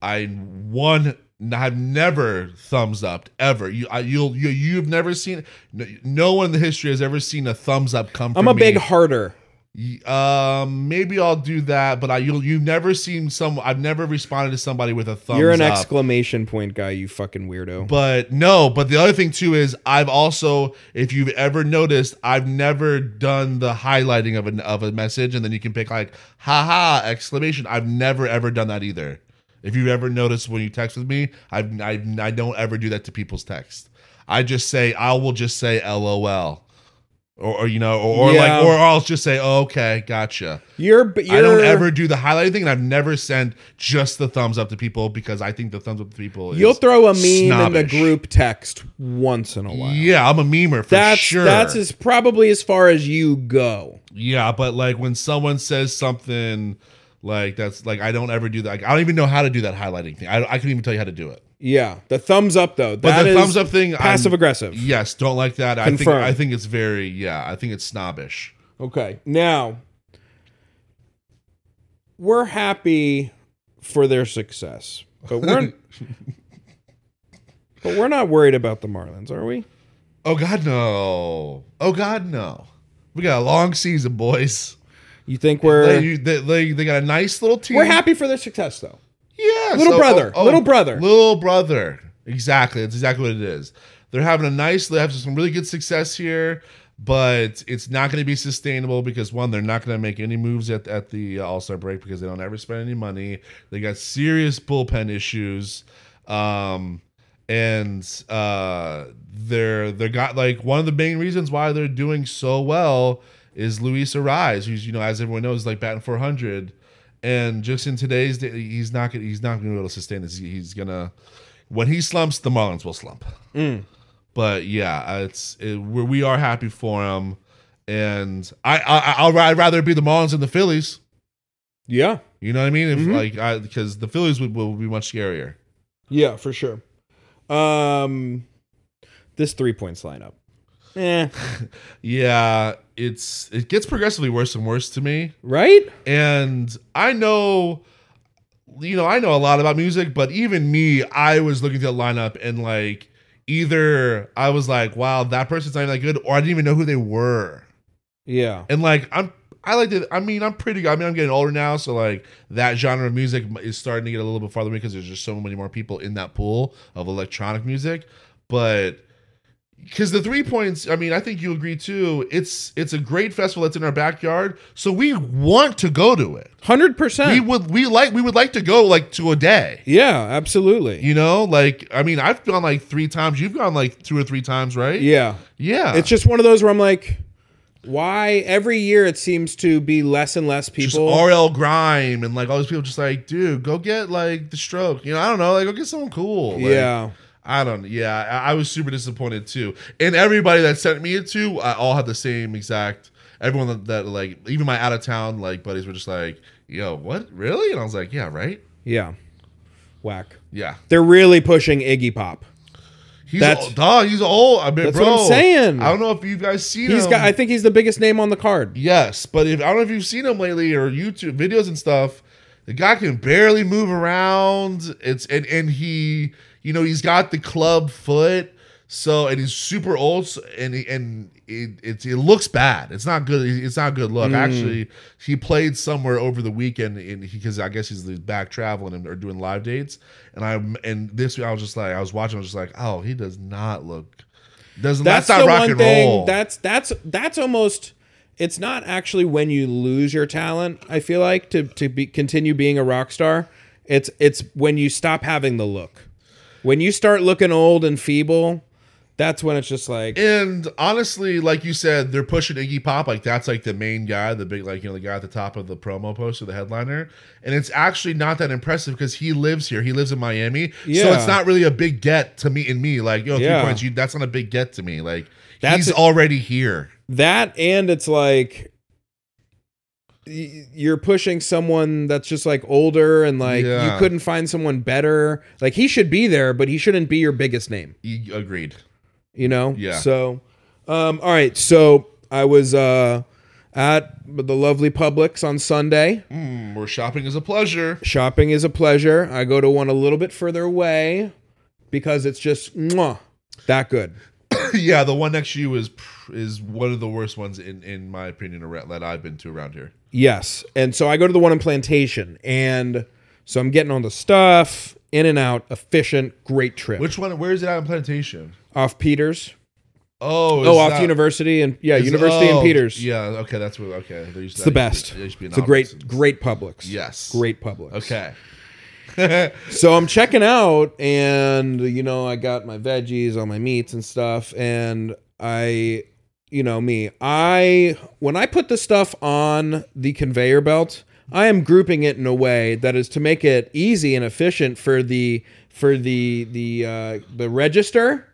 S1: I one I've never thumbs upped ever. You. I, you'll. You. You've never seen. No, no one in the history has ever seen a thumbs up come.
S2: I'm
S1: from
S2: a big
S1: me.
S2: harder.
S1: Y- Um, maybe I'll do that, but I you'll, you've never seen some. I've never responded to somebody with a thumbs.
S2: You're an
S1: up.
S2: exclamation point guy, you fucking weirdo.
S1: But no, but the other thing too is I've also, if you've ever noticed, I've never done the highlighting of an of a message, and then you can pick like haha exclamation. I've never ever done that either. If you've ever noticed when you text with me, I've, I I don't ever do that to people's text. I just say I will just say lol, or, or you know, or, or
S2: Yeah.
S1: like, or I'll just say oh, okay, gotcha.
S2: You're, but you're
S1: I don't ever do the highlighting thing, and I've never sent just the thumbs up to people because I think the thumbs up to people. Is,
S2: You'll throw a meme in
S1: snobbish.
S2: the group text once in a while.
S1: yeah, I'm a memer for
S2: that's
S1: sure.
S2: that's as probably as far as you go.
S1: yeah, but like when someone says something like that's like I don't ever do that. Like, I don't even know how to do that highlighting thing. I, I couldn't even tell you how to do it.
S2: Yeah, the thumbs up though.
S1: But
S2: that
S1: the
S2: is
S1: thumbs up thing, I'm-
S2: passive aggressive.
S1: Yes, don't like that.
S2: Confirmed.
S1: I think I think it's very yeah. I think it's snobbish.
S2: Okay. Now, we're happy for their success, but
S1: (laughs)
S2: we're but we're not worried about the Marlins, are we?
S1: Oh God no! Oh God no! We got a long season, boys.
S2: You think we're
S1: They, they, they, they got a nice little team.
S2: we're happy for their success though?
S1: Yeah, oh,
S2: Little brother, little brother.
S1: little brother. Exactly, that's exactly what it is. They're having a nice, they have some really good success here, but it's not going to be sustainable because one, they're not going to make any moves at at the All Star break because they don't ever spend any money. They got serious bullpen issues, um, and uh, they're they're got like one of the main reasons why they're doing so well is Luis Arise, who's you know as everyone knows like batting 400 and just in today's day, he's not gonna he's not gonna be able to sustain this. He- He's gonna when he slumps, the Marlins will slump. But yeah, uh, it's it, we we are happy for him, and I, I I'll ra- I'd rather it be the Marlins and the Phillies.
S2: Yeah.
S1: You know what I mean? If like I because the Phillies would will be much scarier.
S2: Yeah, for sure. Um this three points lineup. Eh.
S1: Yeah, it's it gets progressively worse and worse to me.
S2: Right?
S1: and I know, you know, I know a lot about music, but even me, I was looking at the lineup and like, either I was like, wow, that person's not even that good, or I didn't even know who they were.
S2: Yeah.
S1: And like I'm I like to I mean I'm pretty I mean I'm getting older now, so like that genre of music is starting to get a little bit farther because there's just so many more people in that pool of electronic music. But because the three points, I mean, I think you agree too. It's it's a great festival that's in our backyard, so we want to go to it.
S2: 100%.
S1: We would we like we would like to go like to a day.
S2: yeah, absolutely.
S1: You know, like I mean, I've gone like three times. You've gone like two or three times, right?
S2: yeah.
S1: yeah.
S2: It's just one of those where I'm like, why every year it seems to be less and less
S1: just
S2: people.
S1: RL Grime and like all these people just like, dude, go get like the stroke. You know, I don't know, like go get someone cool. Like,
S2: yeah.
S1: I don't. Yeah, I, I was super disappointed too. And everybody that sent me it to, I all had the same exact. Everyone that, that like, even my out of town like buddies were just like, yo, what, really? And I was like, yeah, right,
S2: Yeah. Whack.
S1: yeah.
S2: They're really pushing Iggy Pop.
S1: He's
S2: That's-
S1: old, dog. He's old. I mean,
S2: That's what
S1: bro,
S2: I'm saying.
S1: I don't know if you guys seen
S2: He's
S1: him.
S2: got I think he's the biggest name on the card.
S1: Yes, but if I don't know if you've seen him lately or YouTube videos and stuff, the guy can barely move around. It's and and he, you know, he's got the club foot. So and he's super old, so- and he, and it, it it looks bad. It's not good. It's not good look. Actually, he played somewhere over the weekend, and because I guess he's back traveling and or doing live dates. And I am and this I was just like I was watching. I was just like, oh, he does not look. Doesn't that's, not rock and roll.
S2: That's that's that's almost it's not actually when you lose your talent, I feel like, to, to be continue being a rock star. It's it's when you stop having the look. When you start looking old and feeble, that's when it's just like
S1: And honestly, like you said, they're pushing Iggy Pop. Like that's like the main guy, the big like you know the guy at the top of the promo poster, the headliner. And it's actually not that impressive because he lives here. He lives in Miami, so
S2: Yeah.
S1: it's not really a big get to me and me. Like yo,
S2: Yeah.
S1: three points, you, that's not a big get to me. Like
S2: That's
S1: he's
S2: a-
S1: already here.
S2: that and it's like y- you're pushing someone that's just like older and like
S1: Yeah.
S2: you couldn't find someone better like he should be there but he shouldn't be your biggest name
S1: You agreed.
S2: you know
S1: Yeah.
S2: so um all right so i was uh at the lovely Publix on Sunday.
S1: Mm, where shopping is a pleasure. (laughs)
S2: Shopping is a pleasure. I go to one a little bit further away because it's just mwah, that good.
S1: yeah, the one next to you is pr- is one of the worst ones in in my opinion around, that I've been to around here.
S2: Yes. And so I go to the one in Plantation and so I'm getting all the stuff, in and out, efficient, great trip.
S1: Which one? Where is it out in Plantation?
S2: off Peters.
S1: Oh,
S2: Oh,
S1: is
S2: off
S1: that-
S2: University and yeah,
S1: Is-
S2: University
S1: oh,
S2: and Peters.
S1: Yeah, okay, that's what. Okay, there used
S2: It's
S1: to-
S2: the
S1: that used
S2: best.
S1: to- there used to be an
S2: It's a great,
S1: Albertsons.
S2: great Publix.
S1: Yes.
S2: Great Publix.
S1: Okay.
S2: So I'm checking out and you know, I got my veggies, all my meats and stuff, and I you know me, I when I put the stuff on the conveyor belt, I am grouping it in a way that is to make it easy and efficient for the for the the uh, the register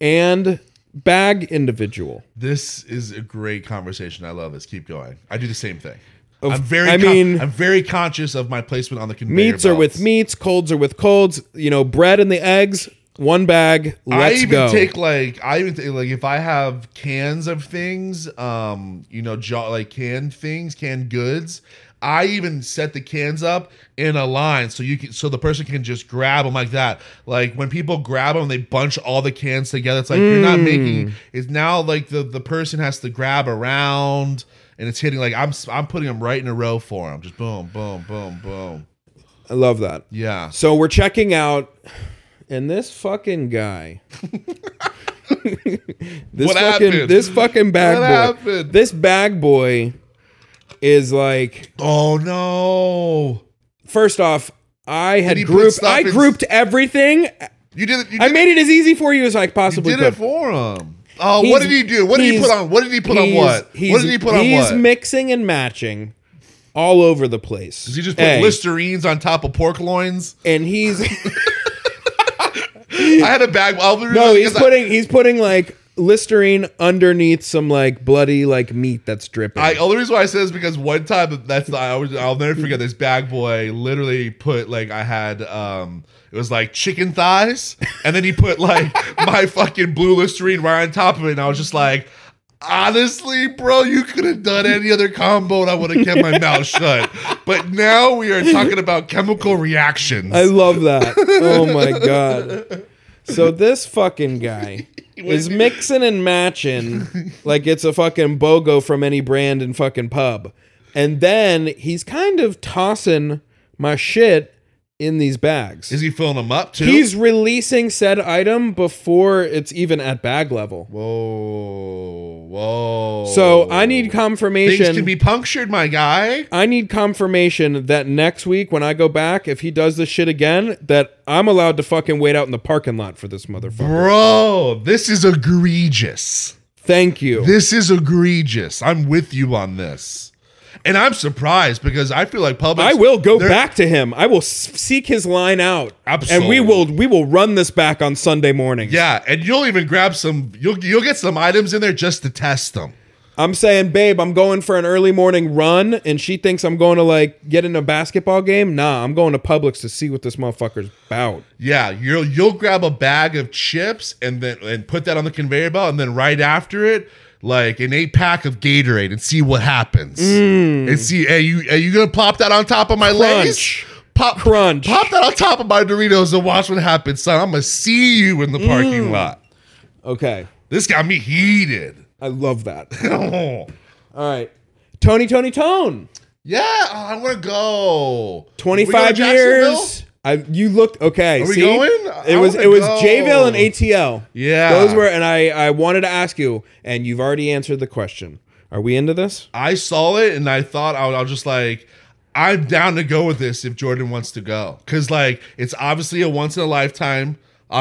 S2: and bag individual.
S1: This is a great conversation. I love this. Keep going. I do the same thing. I'm very.
S2: I
S1: I
S2: mean-
S1: mean, I'm very conscious of my placement on the conveyor.
S2: Meats are with
S1: belts.
S2: meats, colds are with colds, you know, bread and the eggs, one bag,
S1: I
S2: let's
S1: even
S2: go.
S1: take like I even take, like if I have cans of things, um, you know, jar, like canned things, canned goods. I even set the cans up in a line so you can so the person can just grab them like that. Like when people grab them, they bunch all the cans together. It's like you're
S2: Hmm.
S1: not making. It's now like the the person has to grab around. And it's hitting like I'm. s- I'm putting them right in a row for them. Just boom, boom, boom, boom.
S2: I love that.
S1: Yeah.
S2: So we're checking out, and this fucking guy. (laughs) this
S1: What
S2: fucking
S1: happened?
S2: this fucking bag
S1: What
S2: boy.
S1: happened?
S2: This bag boy is like
S1: Oh no!
S2: first off, I had
S1: he put
S2: grouped
S1: stuff
S2: I
S1: in-
S2: grouped everything.
S1: You did it. You did
S2: I made it as easy for you as I possibly
S1: did
S2: could.
S1: it for him. Oh,
S2: He's-
S1: what did he do? What did he
S2: he's-
S1: put on? What did he put on
S2: He's-
S1: what?
S2: he's-
S1: What did he put on
S2: he's
S1: what?
S2: mixing and matching all over the place.
S1: Does he just put
S2: A,
S1: listerines on top of pork loins?
S2: and
S1: (laughs)
S2: he's
S1: I had a bag. I'll be
S2: No,
S1: real,
S2: he's
S1: 'cause I-
S2: putting he's putting like Listerine underneath some like bloody like meat that's dripping.
S1: I, the only reason why I say this is because one time that's the, I always I'll never forget this bag boy literally put like I had um it was like chicken thighs and then he put
S2: (laughs)
S1: like my fucking blue listerine right on top of it and I was just like honestly bro you could have done any other combo and I would have kept
S2: (laughs)
S1: my mouth shut but now we are talking about chemical reactions
S2: I love that. oh my god. So this fucking guy
S1: (laughs)
S2: is mixing and matching like it's a fucking BOGO from any brand and fucking pub. And then he's kind of tossing my shit in these bags.
S1: Is he filling them up too?
S2: He's releasing said item before it's even at bag level.
S1: whoa, whoa.
S2: So I need
S1: things
S2: confirmation.
S1: can be punctured, my guy.
S2: I need confirmation that next week when I go back, if he does this shit again, that I'm allowed to fucking wait out in the parking lot for this motherfucker.
S1: Bro, this is egregious.
S2: Thank you.
S1: This is egregious. I'm with you on this. And I'm surprised because I feel like public.
S2: I will go
S1: they're-
S2: back to him. I will s- seek his line out, and
S1: Absolutely.
S2: we will we will run this back on Sunday morning.
S1: Yeah, and you'll even grab some. You'll you'll get some items in there just to test them.
S2: I'm saying, babe, I'm going for an early morning run, and she thinks I'm going to like get in a basketball game. Nah, I'm going to Publix to see what this motherfucker's about.
S1: Yeah, you'll you'll grab a bag of chips and then and put that on the conveyor belt, and then right after it, like an eight pack of Gatorade, and see what happens. And see, hey, you are you gonna pop that on top of my legs?
S2: Mm. Crunch.
S1: Pop
S2: Crunch.
S1: Pop that on top of my Doritos and watch what happens, son. I'm gonna see you in the
S2: Mm.
S1: parking lot.
S2: Okay,
S1: This got me heated. (laughs)
S2: I love that.
S1: yeah,
S2: All right, Tony, Tony, Tone.
S1: oh, I want to go.
S2: Twenty
S1: We go
S2: five
S1: to Jacksonville?
S2: years. I you looked okay. Are
S1: we
S2: see?
S1: going? I
S2: It was
S1: wanna
S2: it was
S1: go.
S2: Jville and ATL.
S1: Yeah.
S2: those were. And I I wanted to ask you, and you've already answered the question. Are we into this?
S1: I saw it and I thought I was, I was just like, I'm down to go with this if Jordan wants to go. Cause like it's obviously a once in a lifetime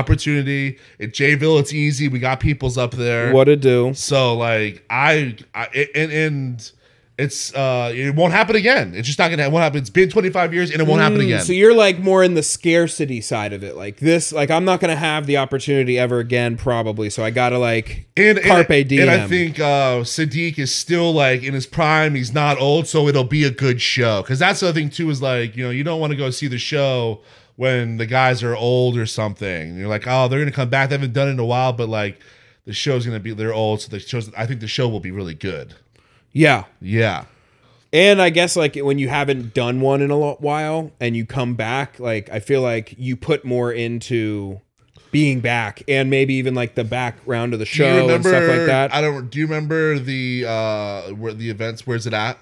S1: opportunity. At Jayville, it's easy. We got peoples up there.
S2: What to do?
S1: So like I, I and and it's uh it won't happen again. It's just not gonna it won't happen. It's been 25 years and it won't happen again.
S2: Hmm, So you're like more in the scarcity side of it, like this. Like I'm not gonna have the opportunity ever again, probably. So I gotta like
S1: and,
S2: carpe
S1: and,
S2: diem.
S1: and I think uh, Sadiq is still like in his prime. He's not old, so it'll be a good show. Because that's the other thing too is like you know you don't want to go see the show when the guys are old or something. You're like oh they're gonna come back. They haven't done it in a while, but like the show's gonna be they're old, so the shows. I think the show will be really good.
S2: yeah.
S1: Yeah,
S2: And I guess like when you haven't done one in a lo- while and you come back, like I feel like you put more into being back and maybe even like the background of the
S1: do
S2: show
S1: you
S2: and
S1: remember?
S2: stuff like that.
S1: I don't. Do you remember the uh where the events? Where's it at?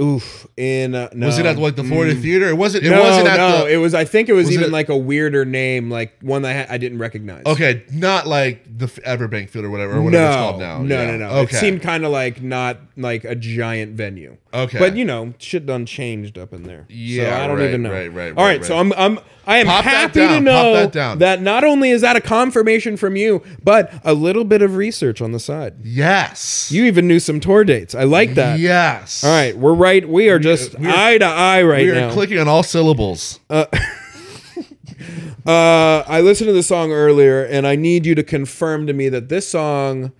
S2: Oof. In uh, no.
S1: Was it at like the Florida Theater? It wasn't. It
S2: mm. no,
S1: wasn't at
S2: no.
S1: the.
S2: it was. I think it was,
S1: Was
S2: even
S1: it-
S2: like a weirder name, like one that I, ha- I didn't recognize.
S1: Okay, not like the F- Everbank Field or whatever, or whatever it's called now.
S2: No,
S1: Yeah.
S2: no, no.
S1: Okay.
S2: It seemed kind of like not like a giant venue.
S1: Okay.
S2: But you know, shit done changed up in there.
S1: Yeah,
S2: so I don't
S1: right,
S2: even know.
S1: right, right,
S2: All
S1: right,
S2: right, so
S1: right.
S2: I'm I'm I am
S1: Pop that
S2: happy
S1: down,
S2: to
S1: pop
S2: know
S1: that down.
S2: not only is that a confirmation from you, but a little bit of research on the side.
S1: yes.
S2: You even knew some tour dates. I like that.
S1: Yes.
S2: All right, we're right. We are just
S1: we are-
S2: eye to eye right
S1: We are
S2: now.
S1: clicking on all syllables.
S2: Uh, I listened to the song earlier, and I need you to confirm to me that this song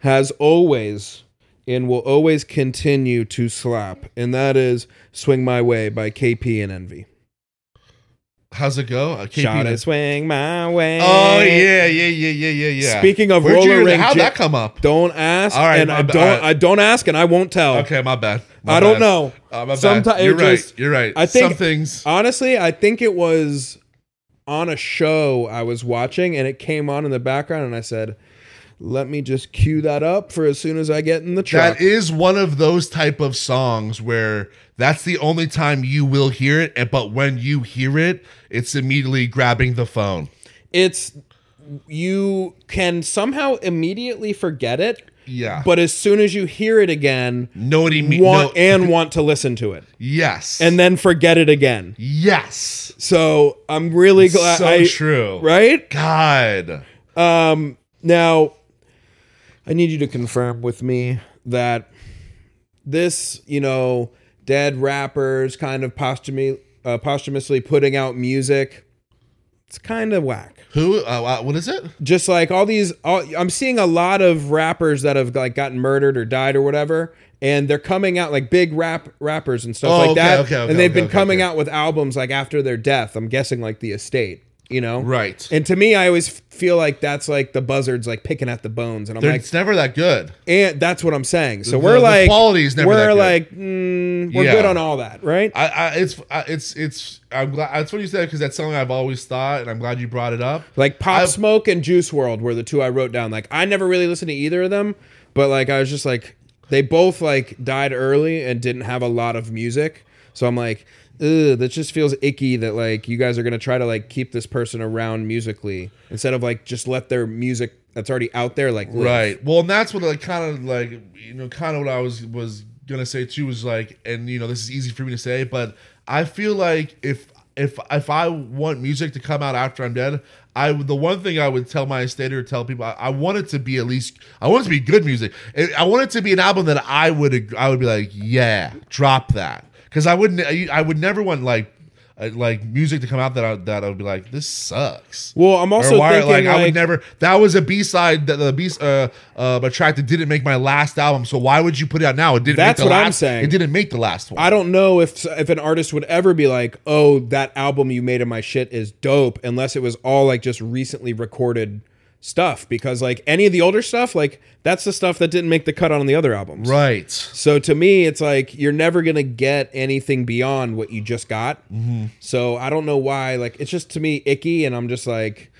S2: has always and will always continue to slap, and that is "Swing My Way" by KP and Envy.
S1: How's it go? Uh, KP
S2: Shout it,
S1: is-
S2: swing my way.
S1: Oh yeah, yeah, yeah, yeah, yeah, yeah.
S2: Speaking of
S1: Where'd you
S2: roller
S1: hear that?
S2: rink
S1: how'd
S2: j-
S1: that come up?
S2: Don't ask,
S1: All right,
S2: and I
S1: my-
S2: don't.
S1: all right.
S2: I don't ask, and I won't tell.
S1: Okay, my bad. My
S2: I don't
S1: bad.
S2: know.
S1: Uh, my
S2: Someti-
S1: bad.
S2: it
S1: You're right.
S2: just-
S1: You're right.
S2: I think-
S1: some things.
S2: Honestly, I think it was on a show I was watching and it came on in the background and I said, "Let me just cue that up for as soon as I get in the truck."
S1: That is one of those type of songs where that's the only time you will hear it, and- but when you hear it, it's immediately grabbing the phone.
S2: it's you can somehow immediately forget it,
S1: Yeah.
S2: but as soon as you hear it again,
S1: know what he mean-
S2: want
S1: no-
S2: and want to listen to it
S1: yes.
S2: and then forget it again.
S1: yes.
S2: So, I'm really glad
S1: so
S2: I
S1: true.
S2: right?
S1: God.
S2: Um, now, I need you to confirm with me that this, you know, dead rappers kind of posthumously, uh, posthumously putting out music, it's kind of whack.
S1: Who? Uh, what is it?
S2: Just like all these, all, I'm seeing a lot of rappers that have like gotten murdered or died or whatever. And they're coming out like big rap rappers and stuff
S1: Oh,
S2: like
S1: okay,
S2: that.
S1: okay, okay,
S2: and they've
S1: okay,
S2: been
S1: okay,
S2: coming
S1: okay.
S2: out with albums like after their death. I'm guessing like the estate. you know
S1: Right.
S2: and to me i always feel like that's like the buzzards like picking at the bones and i'm
S1: They're-
S2: like
S1: it's never that good.
S2: and that's what i'm saying so
S1: The-
S2: we're
S1: the
S2: like
S1: quality's never that
S2: we're
S1: good.
S2: like mm, we're
S1: Yeah.
S2: good on all that right
S1: I, I it's I, it's it's I'm glad that's what you said because that's something I've always thought, and I'm glad you brought it up.
S2: Like Pop
S1: I've-
S2: Smoke and Juice World were the two I wrote down. Like I never really listened to either of them, but like I was just like they both like died early and didn't have a lot of music. So I'm like, ugh, that just feels icky that like you guys are gonna try to like keep this person around musically instead of like just let their music that's already out there like live.
S1: Right. Well, and that's what like kind of like you know kind of what I was was gonna say too was like, and you know this is easy for me to say, but I feel like if if if I want music to come out after I'm dead, I would- the one thing I would tell my estate or tell people I, I want it to be at least I want it to be good music. I I want it to be an album that I would ag- I would be like yeah drop that because I wouldn't I I would never want like uh, like music to come out that I, that I would be like this sucks
S2: Well, I'm also
S1: or why,
S2: thinking
S1: like,
S2: like,
S1: I would never. That was a B side that the B uh, uh, attracted didn't make my last album. So why would you put it out now? It didn't.
S2: That's
S1: make the
S2: what I'm
S1: last,
S2: saying.
S1: It didn't make the last one.
S2: I don't know if if an artist would ever be like, "Oh, that album you made of my shit is dope," unless it was all like just recently recorded stuff. Because like any of the older stuff, like that's the stuff that didn't make the cut on the other albums.
S1: Right.
S2: So to me, it's like you're never gonna get anything beyond what you just got.
S1: Mm-hmm.
S2: So I don't know why. Like it's just to me icky, and I'm just like,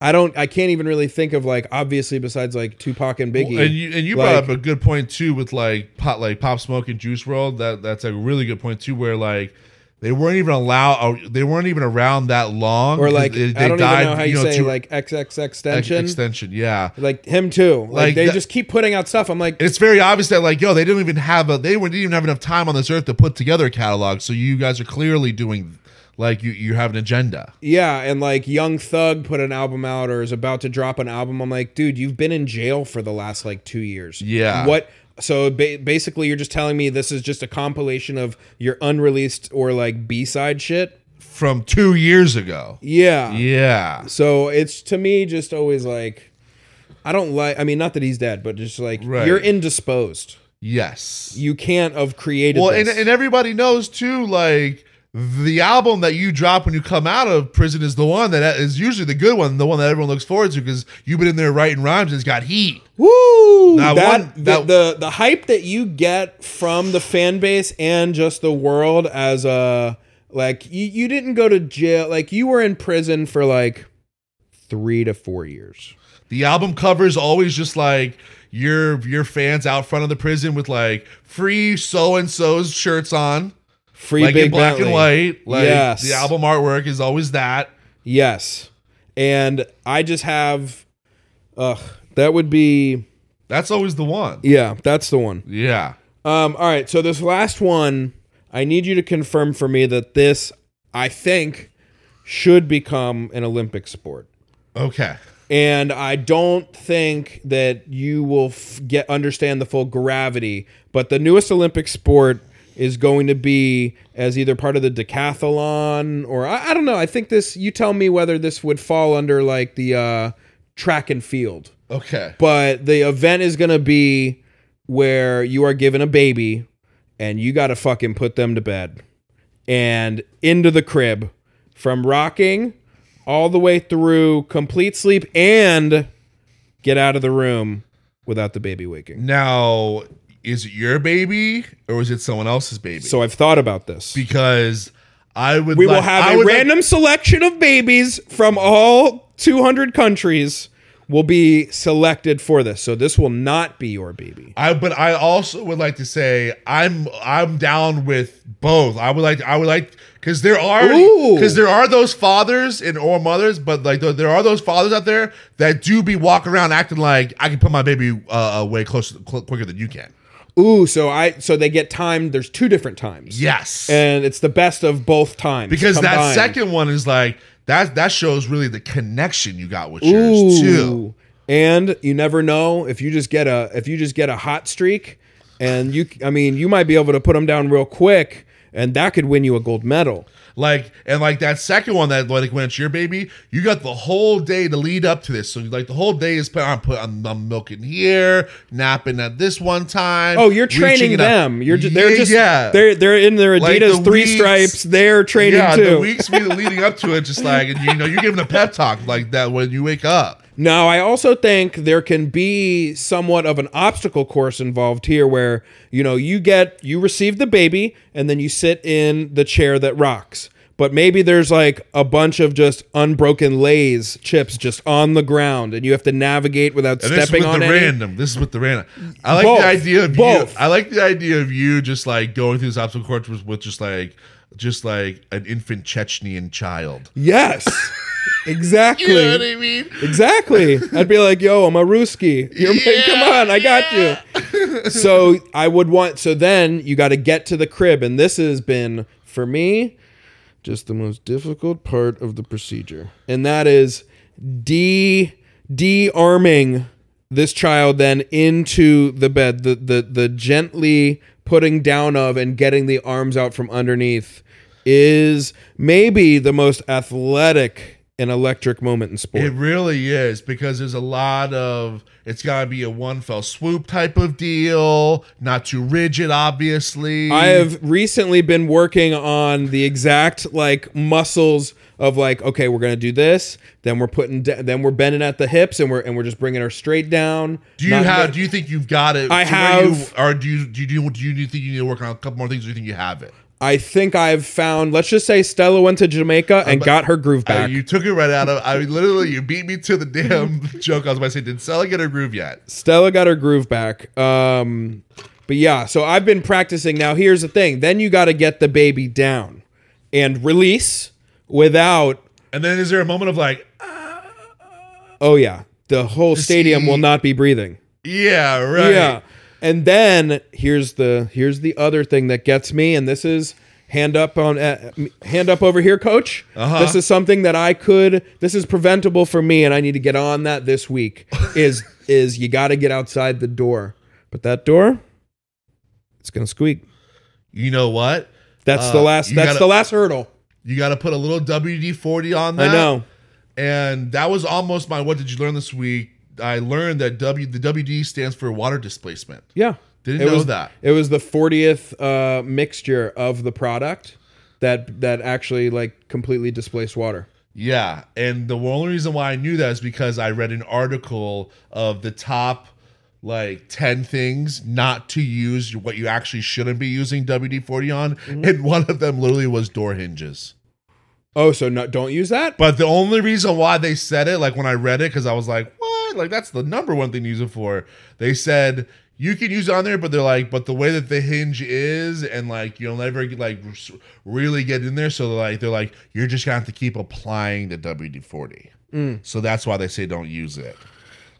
S2: I don't, I can't even really think of like obviously besides like Tupac and Biggie.
S1: And you and you
S2: like-
S1: brought up a good point too with like pop like pop smoke and Juice World. That that's a really good point too, where like they weren't even allowed. They weren't even around that long.
S2: or like
S1: they, they
S2: I don't even know how you, say
S1: two-
S2: like XX extension.
S1: extension. Yeah.
S2: Like him too. Like,
S1: Like
S2: they
S1: that-
S2: just keep putting out stuff. I'm like,
S1: it's very obvious that like yo they didn't even have a they didn't even have enough time on this earth to put together a catalog so you guys are clearly doing like you you have an agenda
S2: yeah, and like Young Thug put an album out or is about to drop an album. I'm like, dude, you've been in jail for the last like two years.
S1: Yeah.
S2: What? So ba- basically, you're just telling me this is just a compilation of your unreleased or like B side shit.
S1: from two years ago
S2: Yeah.
S1: yeah
S2: So it's to me just always like, I don't like. I mean, not that he's dead, but just like
S1: Right.
S2: you're indisposed.
S1: yes
S2: You can't have created.
S1: well
S2: this.
S1: and, and everybody knows too like the album that you drop when you come out of prison is the one that is usually the good one the one that everyone looks forward to because you've been in there writing rhymes and it's got heat
S2: Woo!
S1: That
S2: That,
S1: one-
S2: the-
S1: that-
S2: the, the hype that you get from the fan base and just the world as a like you, you didn't go to jail like you were in prison for like three to four years.
S1: The album cover is always just like your your fans out front of the prison with like free so and so's shirts on,
S2: Free
S1: like
S2: big
S1: in black
S2: Bentley.
S1: and white. Like
S2: Yes.
S1: the album artwork is always that.
S2: Yes, and I just have, ugh, that would be
S1: That's always the one.
S2: yeah, that's the one.
S1: Yeah.
S2: Um, all right, so this last one, I need you to confirm for me that this, I think, should become an Olympic sport.
S1: Okay.
S2: and I don't think that you will f- get understand the full gravity. But the newest Olympic sport is going to be as either part of the decathlon or I, I don't know. I think this. You tell me whether this would fall under like the uh, track and field.
S1: Okay.
S2: But the event is going to be where you are given a baby and you got to fucking put them to bed and into the crib from rocking all the way through complete sleep and get out of the room without the baby waking.
S1: Now, is it your baby or is it someone else's baby?
S2: So I've thought about this.
S1: because I would
S2: we
S1: like-
S2: will have
S1: I
S2: a
S1: would like-
S2: random selection of babies from all 200 countries will be selected for this. So this will not be your baby.
S1: I but I also would like to say I'm I'm down with both. I would like I would like because there are
S2: Ooh.
S1: because there are those fathers and or mothers, but like th- there are those fathers out there that do be walking around acting like I can put my baby uh, away closer cl- quicker than you can.
S2: Ooh, so I so they get timed. There's two different times.
S1: Yes,
S2: and it's the best of both times
S1: because that
S2: combined.
S1: second one is like that that shows really the connection you got with yours
S2: Ooh.
S1: too.
S2: And you never know if you just get a if you just get a hot streak, and you I mean you might be able to put them down real quick. and that could win you a gold medal.
S1: Like and like that second one that like when it's your baby, you got the whole day to lead up to this. So like the whole day is put on put I'm, I'm milking here, napping at this one time.
S2: Oh, you're
S1: reaching
S2: training
S1: it up.
S2: them. You're just they're
S1: Yeah,
S2: just
S1: yeah.
S2: they're they're in their
S1: Like
S2: Adidas
S1: the
S2: three
S1: weeks-
S2: stripes. They're training
S1: yeah,
S2: too.
S1: the weeks we- leading up to it, just like and you know, you're giving a pep talk like that when you wake up.
S2: Now, I also think there can be somewhat of an obstacle course involved here where, you know, you get, you receive the baby and then you sit in the chair that rocks. But maybe there's like a bunch of just unbroken Lay's chips just on the ground and you have to navigate without
S1: And this is
S2: stepping
S1: with
S2: on
S1: the
S2: any.
S1: random. This is with the random. I like
S2: Both.
S1: the idea of
S2: Both.
S1: you. I like the idea of you just like going through this obstacle course with, with just like just like an infant Chechnyan child. (laughs)
S2: Yes. Exactly.
S1: You know what I mean?
S2: Exactly. I'd be like, yo, I'm a Ruski. You're
S1: Yeah,
S2: come on, I got you. so I would want so then you gotta get to the crib, and this has been for me just the most difficult part of the procedure. And that is de de-arming this child then into the bed, the the the gently putting down of and getting the arms out from underneath is maybe the most athletic and electric moment in sport.
S1: It really is because there's a lot of it's got to be a one fell swoop type of deal, not too rigid, obviously.
S2: I have recently been working on the exact like muscles of like okay we're gonna do this then we're putting da- then we're bending at the hips and we're and we're just bringing her straight down.
S1: Do you
S2: Not-
S1: have? Do you think you've got it?
S2: I
S1: to where you-
S2: have-
S1: or do you do you, do you do you think you need to work on a couple more things? Or do you think you have it?
S2: I think I've found. Let's just say Stella went to Jamaica and got her groove
S1: Uh,
S2: back.
S1: you took it right out of. I mean, literally, you beat me to the damn (laughs) joke. I was about to say, did Stella get her groove yet?
S2: Stella got her groove back. Um, but yeah, so I've been practicing. Now here's the thing. Then you got to get the baby down and release without.
S1: And then is there a moment of like,
S2: Oh yeah, the whole stadium will not be breathing.
S1: yeah, right,
S2: Yeah. And then here's the here's the other thing that gets me, and this is hand up on uh, hand up over here, coach.
S1: Uh-huh.
S2: This is something that I could. This is preventable for me, and I need to get on that
S1: (laughs)
S2: this week. is is you got to get outside the door, but that door, it's gonna squeak.
S1: You know what?
S2: That's
S1: Uh,
S2: the last.
S1: you
S2: That's
S1: gotta-
S2: the last hurdle.
S1: You got to put a little WD forty on that.
S2: I know.
S1: And that was almost my. What did you learn this week? I learned that W the WD stands for water displacement.
S2: Yeah.
S1: Didn't
S2: it
S1: know
S2: was,
S1: that.
S2: It was the 40th uh, mixture of the product that that actually like completely displaced water.
S1: Yeah, and the only reason why I knew that is because I read an article of the top like 10 things not to use what you actually shouldn't be using WD-40 on and one of them literally was door hinges.
S2: Oh, so no, don't use that.
S1: But the only reason why they said it like when I read it cuz I was like, "What? Like that's the number one thing to use it for." They said you can use it on there, but they're like, but the way that the hinge is, and like you'll never like really get in there. So like they're like, you're just gonna have to keep applying the WD forty. So that's why they say don't use it.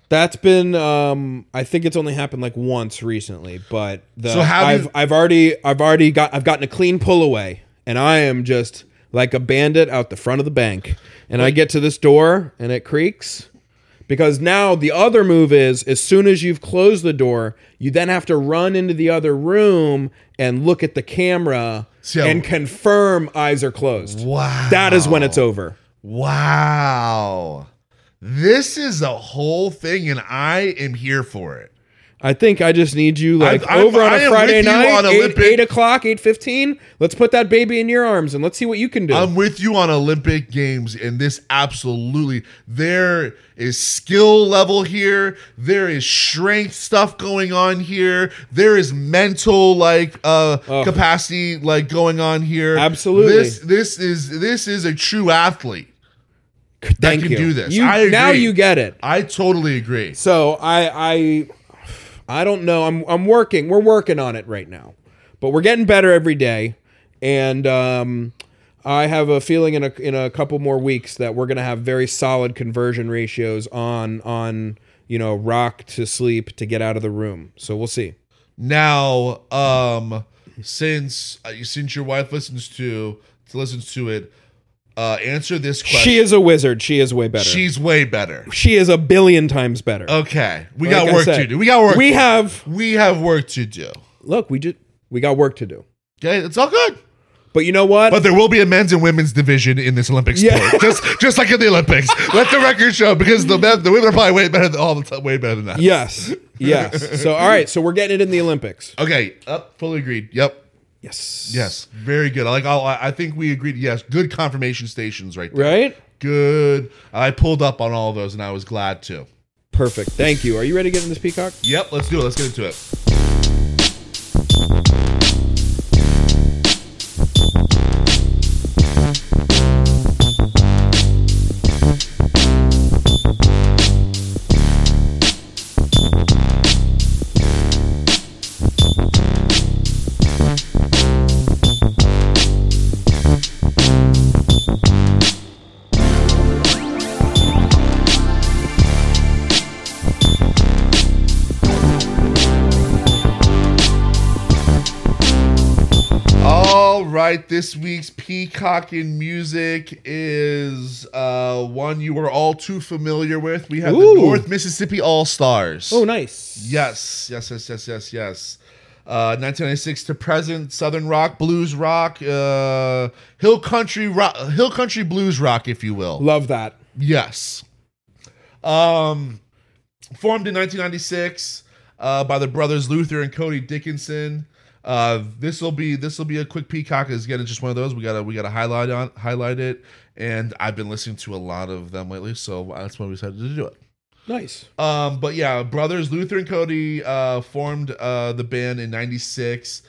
S2: That's been um I think it's only happened like once recently, but the
S1: So how do
S2: I've
S1: you-
S2: I've already I've already got I've gotten a clean pull away and I am just like a bandit out the front of the bank. And I get to this door and it creaks because now the other move is as soon as you've closed the door, you then have to run into the other room and look at the camera
S1: So-
S2: and confirm eyes are closed.
S1: Wow.
S2: That is when it's over.
S1: Wow. This is a whole thing, and I am here for it.
S2: I think I just need you like
S1: I'm-
S2: over on
S1: I
S2: a
S1: am
S2: Friday
S1: with you
S2: night,
S1: on
S2: eight,
S1: Olympic-
S2: eight o'clock, eight fifteen. Let's put that baby in your arms and let's see what you can do.
S1: I'm with you on Olympic Games, and this absolutely there is skill level here. There is strength stuff going on here. There is mental like uh capacity like going on here.
S2: Oh. Absolutely.
S1: this this is this is a true athlete.
S2: Thank
S1: can
S2: you.
S1: do this.
S2: You-
S1: I
S2: Now
S1: agree.
S2: you get it.
S1: I totally agree.
S2: So I, I, I don't know. I'm, I'm working. We're working on it right now, but we're getting better every day, and um, I have a feeling in a in a couple more weeks that we're gonna have very solid conversion ratios on on you know rock to sleep to get out of the room. So we'll see.
S1: Now, um, since uh, since your wife listens to listens to it, uh, answer this question.
S2: She is a wizard. She is way better.
S1: She's way better.
S2: she is a billion times better.
S1: Oh. Okay, we
S2: Like
S1: got
S2: I
S1: work
S2: said,
S1: to do. We got work.
S2: We
S1: We,
S2: have
S1: have work to do.
S2: look. We just we got work to do.
S1: Okay, it's all good.
S2: But you know what?
S1: But there will be a men's and women's division in this Olympic sport,
S2: Yeah.
S1: just just like in the Olympics. Let the record show because the men, the women are probably way better than all the time, way better than that.
S2: (laughs) yes. Yes. So all right, so we're getting it in the Olympics.
S1: Okay. Up. Fully agreed. Yep.
S2: Yes.
S1: Yes. Very good. I like. I'll, I I think we agreed. Yes. Good confirmation stations right there.
S2: Right?
S1: Good. I pulled up on all those and I was glad to.
S2: Perfect. Thank you. Are you ready to get in this peacock?
S1: Yep. Let's do it. Let's get into it. All right, this week's Peacock in Music is uh, one you were all too familiar with. We have
S2: Ooh.
S1: the North Mississippi All Stars.
S2: Oh, nice.
S1: Yes, yes, yes, yes, yes, yes. Uh, 1996 to present, Southern rock, blues rock, uh, hill country rock, hill country blues rock, if you will.
S2: Love that.
S1: Yes. Um, formed in 1996 uh, by the brothers Luther and Cody Dickinson. Uh, this will be this will be a quick peacock. Is again it's just one of those we gotta we gotta highlight on highlight it. And I've been listening to a lot of them lately, so that's why we decided to do it.
S2: Nice.
S1: Um, but yeah, brothers Luther and Cody uh, formed uh, the band in '96.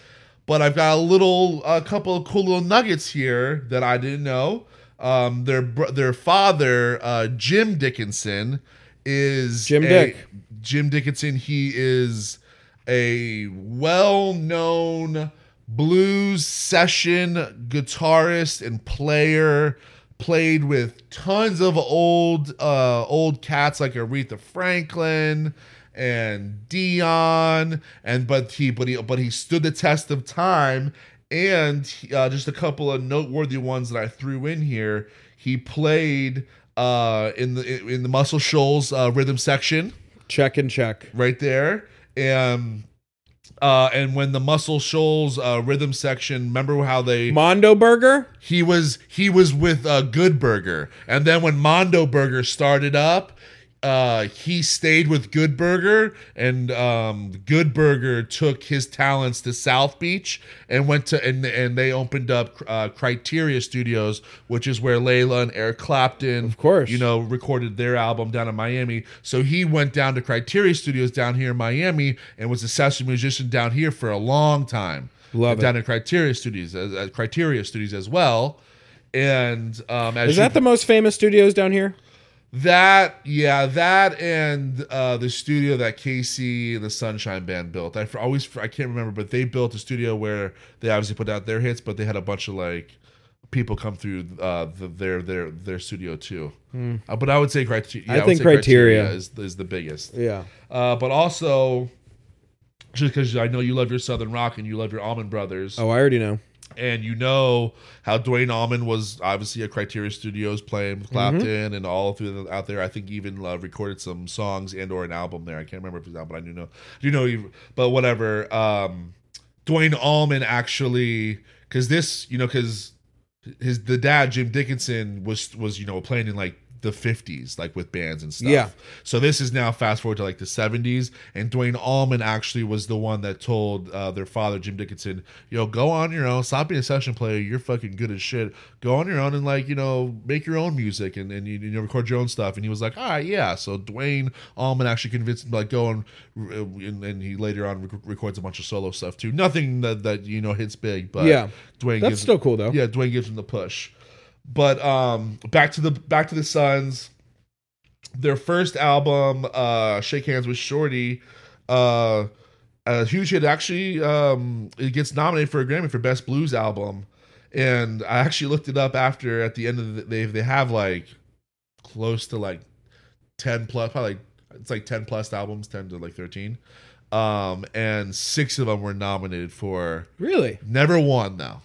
S1: But I've got a little, a couple of cool little nuggets here that I didn't know. Um, their br- their father, uh, Jim Dickinson, is
S2: Jim
S1: a-
S2: Dick.
S1: Jim Dickinson. He is a well-known blues session guitarist and player. Played with tons of old uh, old cats like Aretha Franklin and Dion, and but he but he but he stood the test of time. And uh, just a couple of noteworthy ones that I threw in here. He played uh, in the in the Muscle Shoals uh, rhythm section
S2: Check and check.
S1: right there. And uh, and when the Muscle Shoals uh, rhythm section, remember how they
S2: Mondo Burger?
S1: he was he was with uh, Good Burger, and then when Mondo Burger started up, uh, he stayed with Good Burger, and um, Good Burger took his talents to South Beach and went to and and they opened up uh, Criteria Studios, which is where Layla and Eric Clapton, of
S2: course.
S1: you know, recorded their album down in Miami. So he went down to Criteria Studios down here in Miami and was a session musician down here for a long time
S2: Love it.
S1: down at Criteria Studios, as, at Criteria Studios as well. And um, as
S2: Is that the most famous studios down here?
S1: that yeah that and uh, the studio that Casey and the Sunshine Band built. I f- always f- I can't remember, but they built a studio where they obviously put out their hits, but they had a bunch of like people come through uh, the, their their their studio too. Uh, but I would say Criteria.
S2: Hmm. I think Criteria.
S1: is is the biggest.
S2: Yeah.
S1: Uh, but also. Just because I know you love your Southern rock and you love your Almond Brothers,
S2: Oh, I already know.
S1: and you know how Dwayne Allman was obviously at Criteria Studios playing with Clapton and all through the, out there. I think even uh, recorded some songs and or an album there. I can't remember if it was out, but I do know, I do know, he- but whatever. Um, Dwayne Allman actually, because this, you know, because his the dad Jim Dickinson was was you know playing in like the 50s like with bands and stuff.
S2: Yeah.
S1: So this is now fast forward to like the 70s and Dwayne Allman actually was the one that told uh, their father Jim Dickinson, "Yo, go on your own. Stop being a session player. You're fucking good as shit. Go on your own and like, you know, make your own music and and you, you know, record your own stuff." And he was like, "All right, yeah." So Dwayne Allman actually convinced him to, like go and uh, and, and he later on rec- records a bunch of solo stuff too. Nothing that that you know hits big, but
S2: Yeah.
S1: Dwayne
S2: That's
S1: gives-
S2: still cool, though.
S1: yeah, Dwayne gives him the push. But um back to the back to the Suns. Their first album, uh Shake Hands with Shorty, uh a huge hit actually um it gets nominated for a Grammy for Best Blues Album. And I actually looked it up after at the end of the they they have like close to like 10 plus probably like, it's like 10 plus albums 10 to like 13 um and six of them were nominated for
S2: Really?
S1: never won though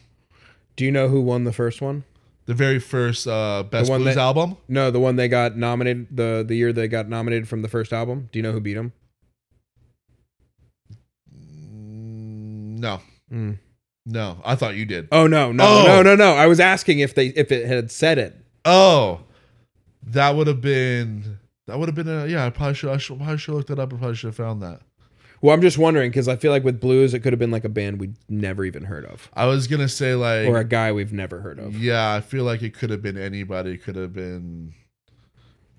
S2: Do you know who won the first one?
S1: the very first uh, Best
S2: one
S1: Blues
S2: that-
S1: album.
S2: No, the one they got nominated the the year they got nominated from the first album. Do you know who beat them?
S1: Mm, No, No, I thought you did.
S2: Oh no, no,
S1: Oh.
S2: no, no, no. I was asking if they if it had said it.
S1: Oh, that would have been that would have been a yeah. I probably should I should probably should look that up. I probably should have found that.
S2: Well, I'm just wondering because I feel like with blues, it could have been like a band we'd never even heard of,
S1: I was gonna say like
S2: or a guy we've never heard of.
S1: yeah. I feel like it could have been anybody. It could have been.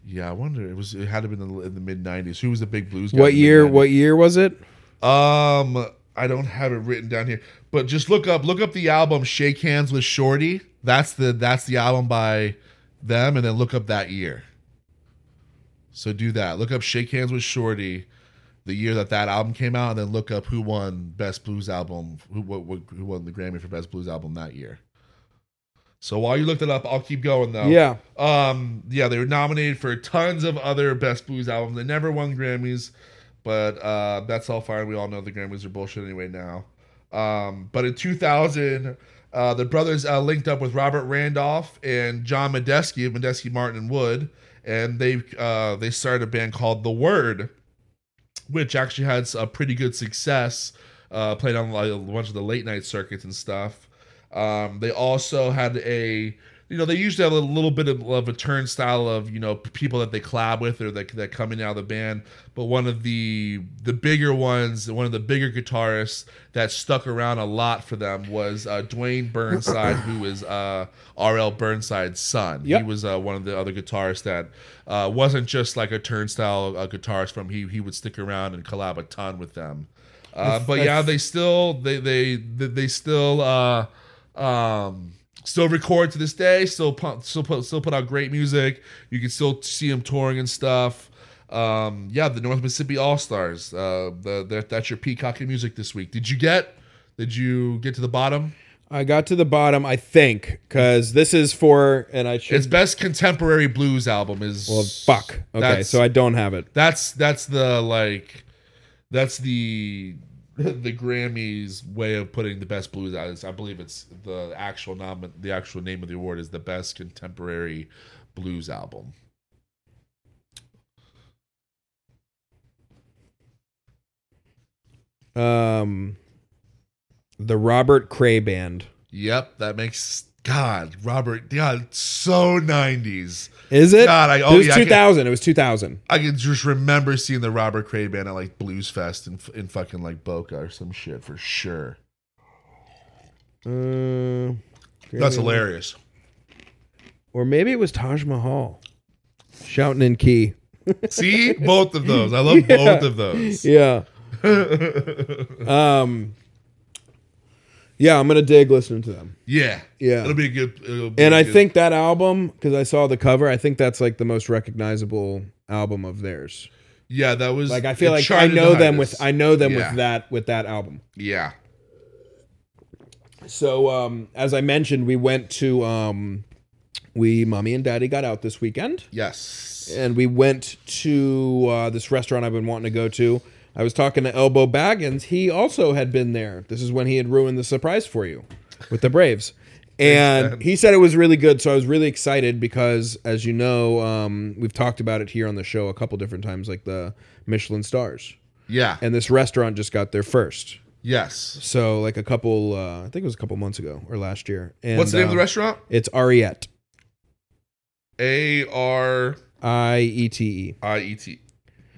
S1: Yeah, I wonder. It was. It had to have been in the, in the mid '90s. Who was the big blues? guy
S2: What
S1: in the
S2: year?
S1: mid-nineties?
S2: What year was it?
S1: Um, I don't have it written down here, but just look up look up the album "Shake Hands with Shorty." That's the that's the album by them, and then look up that year. So do that. Look up "Shake Hands with Shorty," the year that that album came out, and then look up who won Best Blues Album, who what, what, who won the Grammy for Best Blues Album that year. So while you look that up, I'll keep going though.
S2: Yeah.
S1: Um, yeah, they were nominated for tons of other Best Blues albums. They never won Grammys, but uh, that's all fine. We all know the Grammys are bullshit anyway now. Um, but in 2000, uh, the brothers uh, linked up with Robert Randolph and John Medeski of Medeski Martin and Wood, and they uh, they started a band called The Word, which actually had a pretty good success. Uh, played on like, a bunch of the late night circuits and stuff. Um, they also had a, you know, they usually have a little bit of, of a turnstile of you know p- people that they collab with or that that come in and out of the band. But one of the the bigger ones, one of the bigger guitarists that stuck around a lot for them was uh, Dwayne Burnside, who is uh, R.L. Burnside's son.
S2: Yep.
S1: He was uh, one of the other guitarists that uh, wasn't just like a turnstile uh, guitarist from. He he would stick around and collab a ton with them. Uh, but yeah, they still they they they, they still uh, um, still record to this day. Still pump, still put still put out great music. You can still see them touring and stuff. Um, yeah, the North Mississippi All Stars. Uh, the, the, that's your peacocking music this week. Did you get? Did you get to the bottom?
S2: I got to the bottom, I think, because this is for and I should.
S1: Its best contemporary blues album is
S2: well, fuck. Okay,
S1: that's-
S2: so I don't have it.
S1: that's that's the like that's the the Grammys way of putting the best blues out is I believe it's the actual nom the actual name of the award is the best contemporary blues album.
S2: Um, the Robert Cray Band.
S1: Yep, that makes God Robert God so nineties.
S2: Is it?
S1: God, I- oh,
S2: it was
S1: yeah, I can-
S2: 2000. It was 2000.
S1: I can just remember seeing the Robert Cray band at like Blues Fest in in fucking like Boca or some shit for sure.
S2: Uh,
S1: That's
S2: Grammy- (laughs)
S1: hilarious.
S2: Or maybe it was Taj Mahal shouting in key.
S1: See both of those. I love
S2: Yeah.
S1: both of those. (laughs)
S2: Yeah. um. Yeah, I'm gonna dig listening to them,
S1: Yeah,
S2: Yeah.
S1: It'll be a good. It'll be
S2: and
S1: a
S2: I
S1: good-
S2: think that album because I saw the cover. I think that's like the most recognizable album of theirs.
S1: Yeah, that was
S2: Like I feel
S1: it
S2: like I
S1: charted
S2: know
S1: the
S2: them
S1: highest.
S2: with I know them
S1: Yeah.
S2: with that with that album.
S1: yeah
S2: So um, as I mentioned, we went to um, we mommy and daddy got out this weekend.
S1: yes
S2: and we went to uh, this restaurant I've been wanting to go to. I was talking to Elbow Baggins. He also had been there. This is when he had ruined the surprise for you with the Braves. And he said it was really good. So I was really excited because, as you know, um, we've talked about it here on the show a couple different times, like the Michelin stars.
S1: yeah
S2: And this restaurant just got there first.
S1: yes.
S2: So, like a couple, uh, I think it was a couple months ago or last year. And,
S1: What's the name of the
S2: um,
S1: restaurant?
S2: It's Ariette.
S1: A R
S2: I E T E.
S1: I E T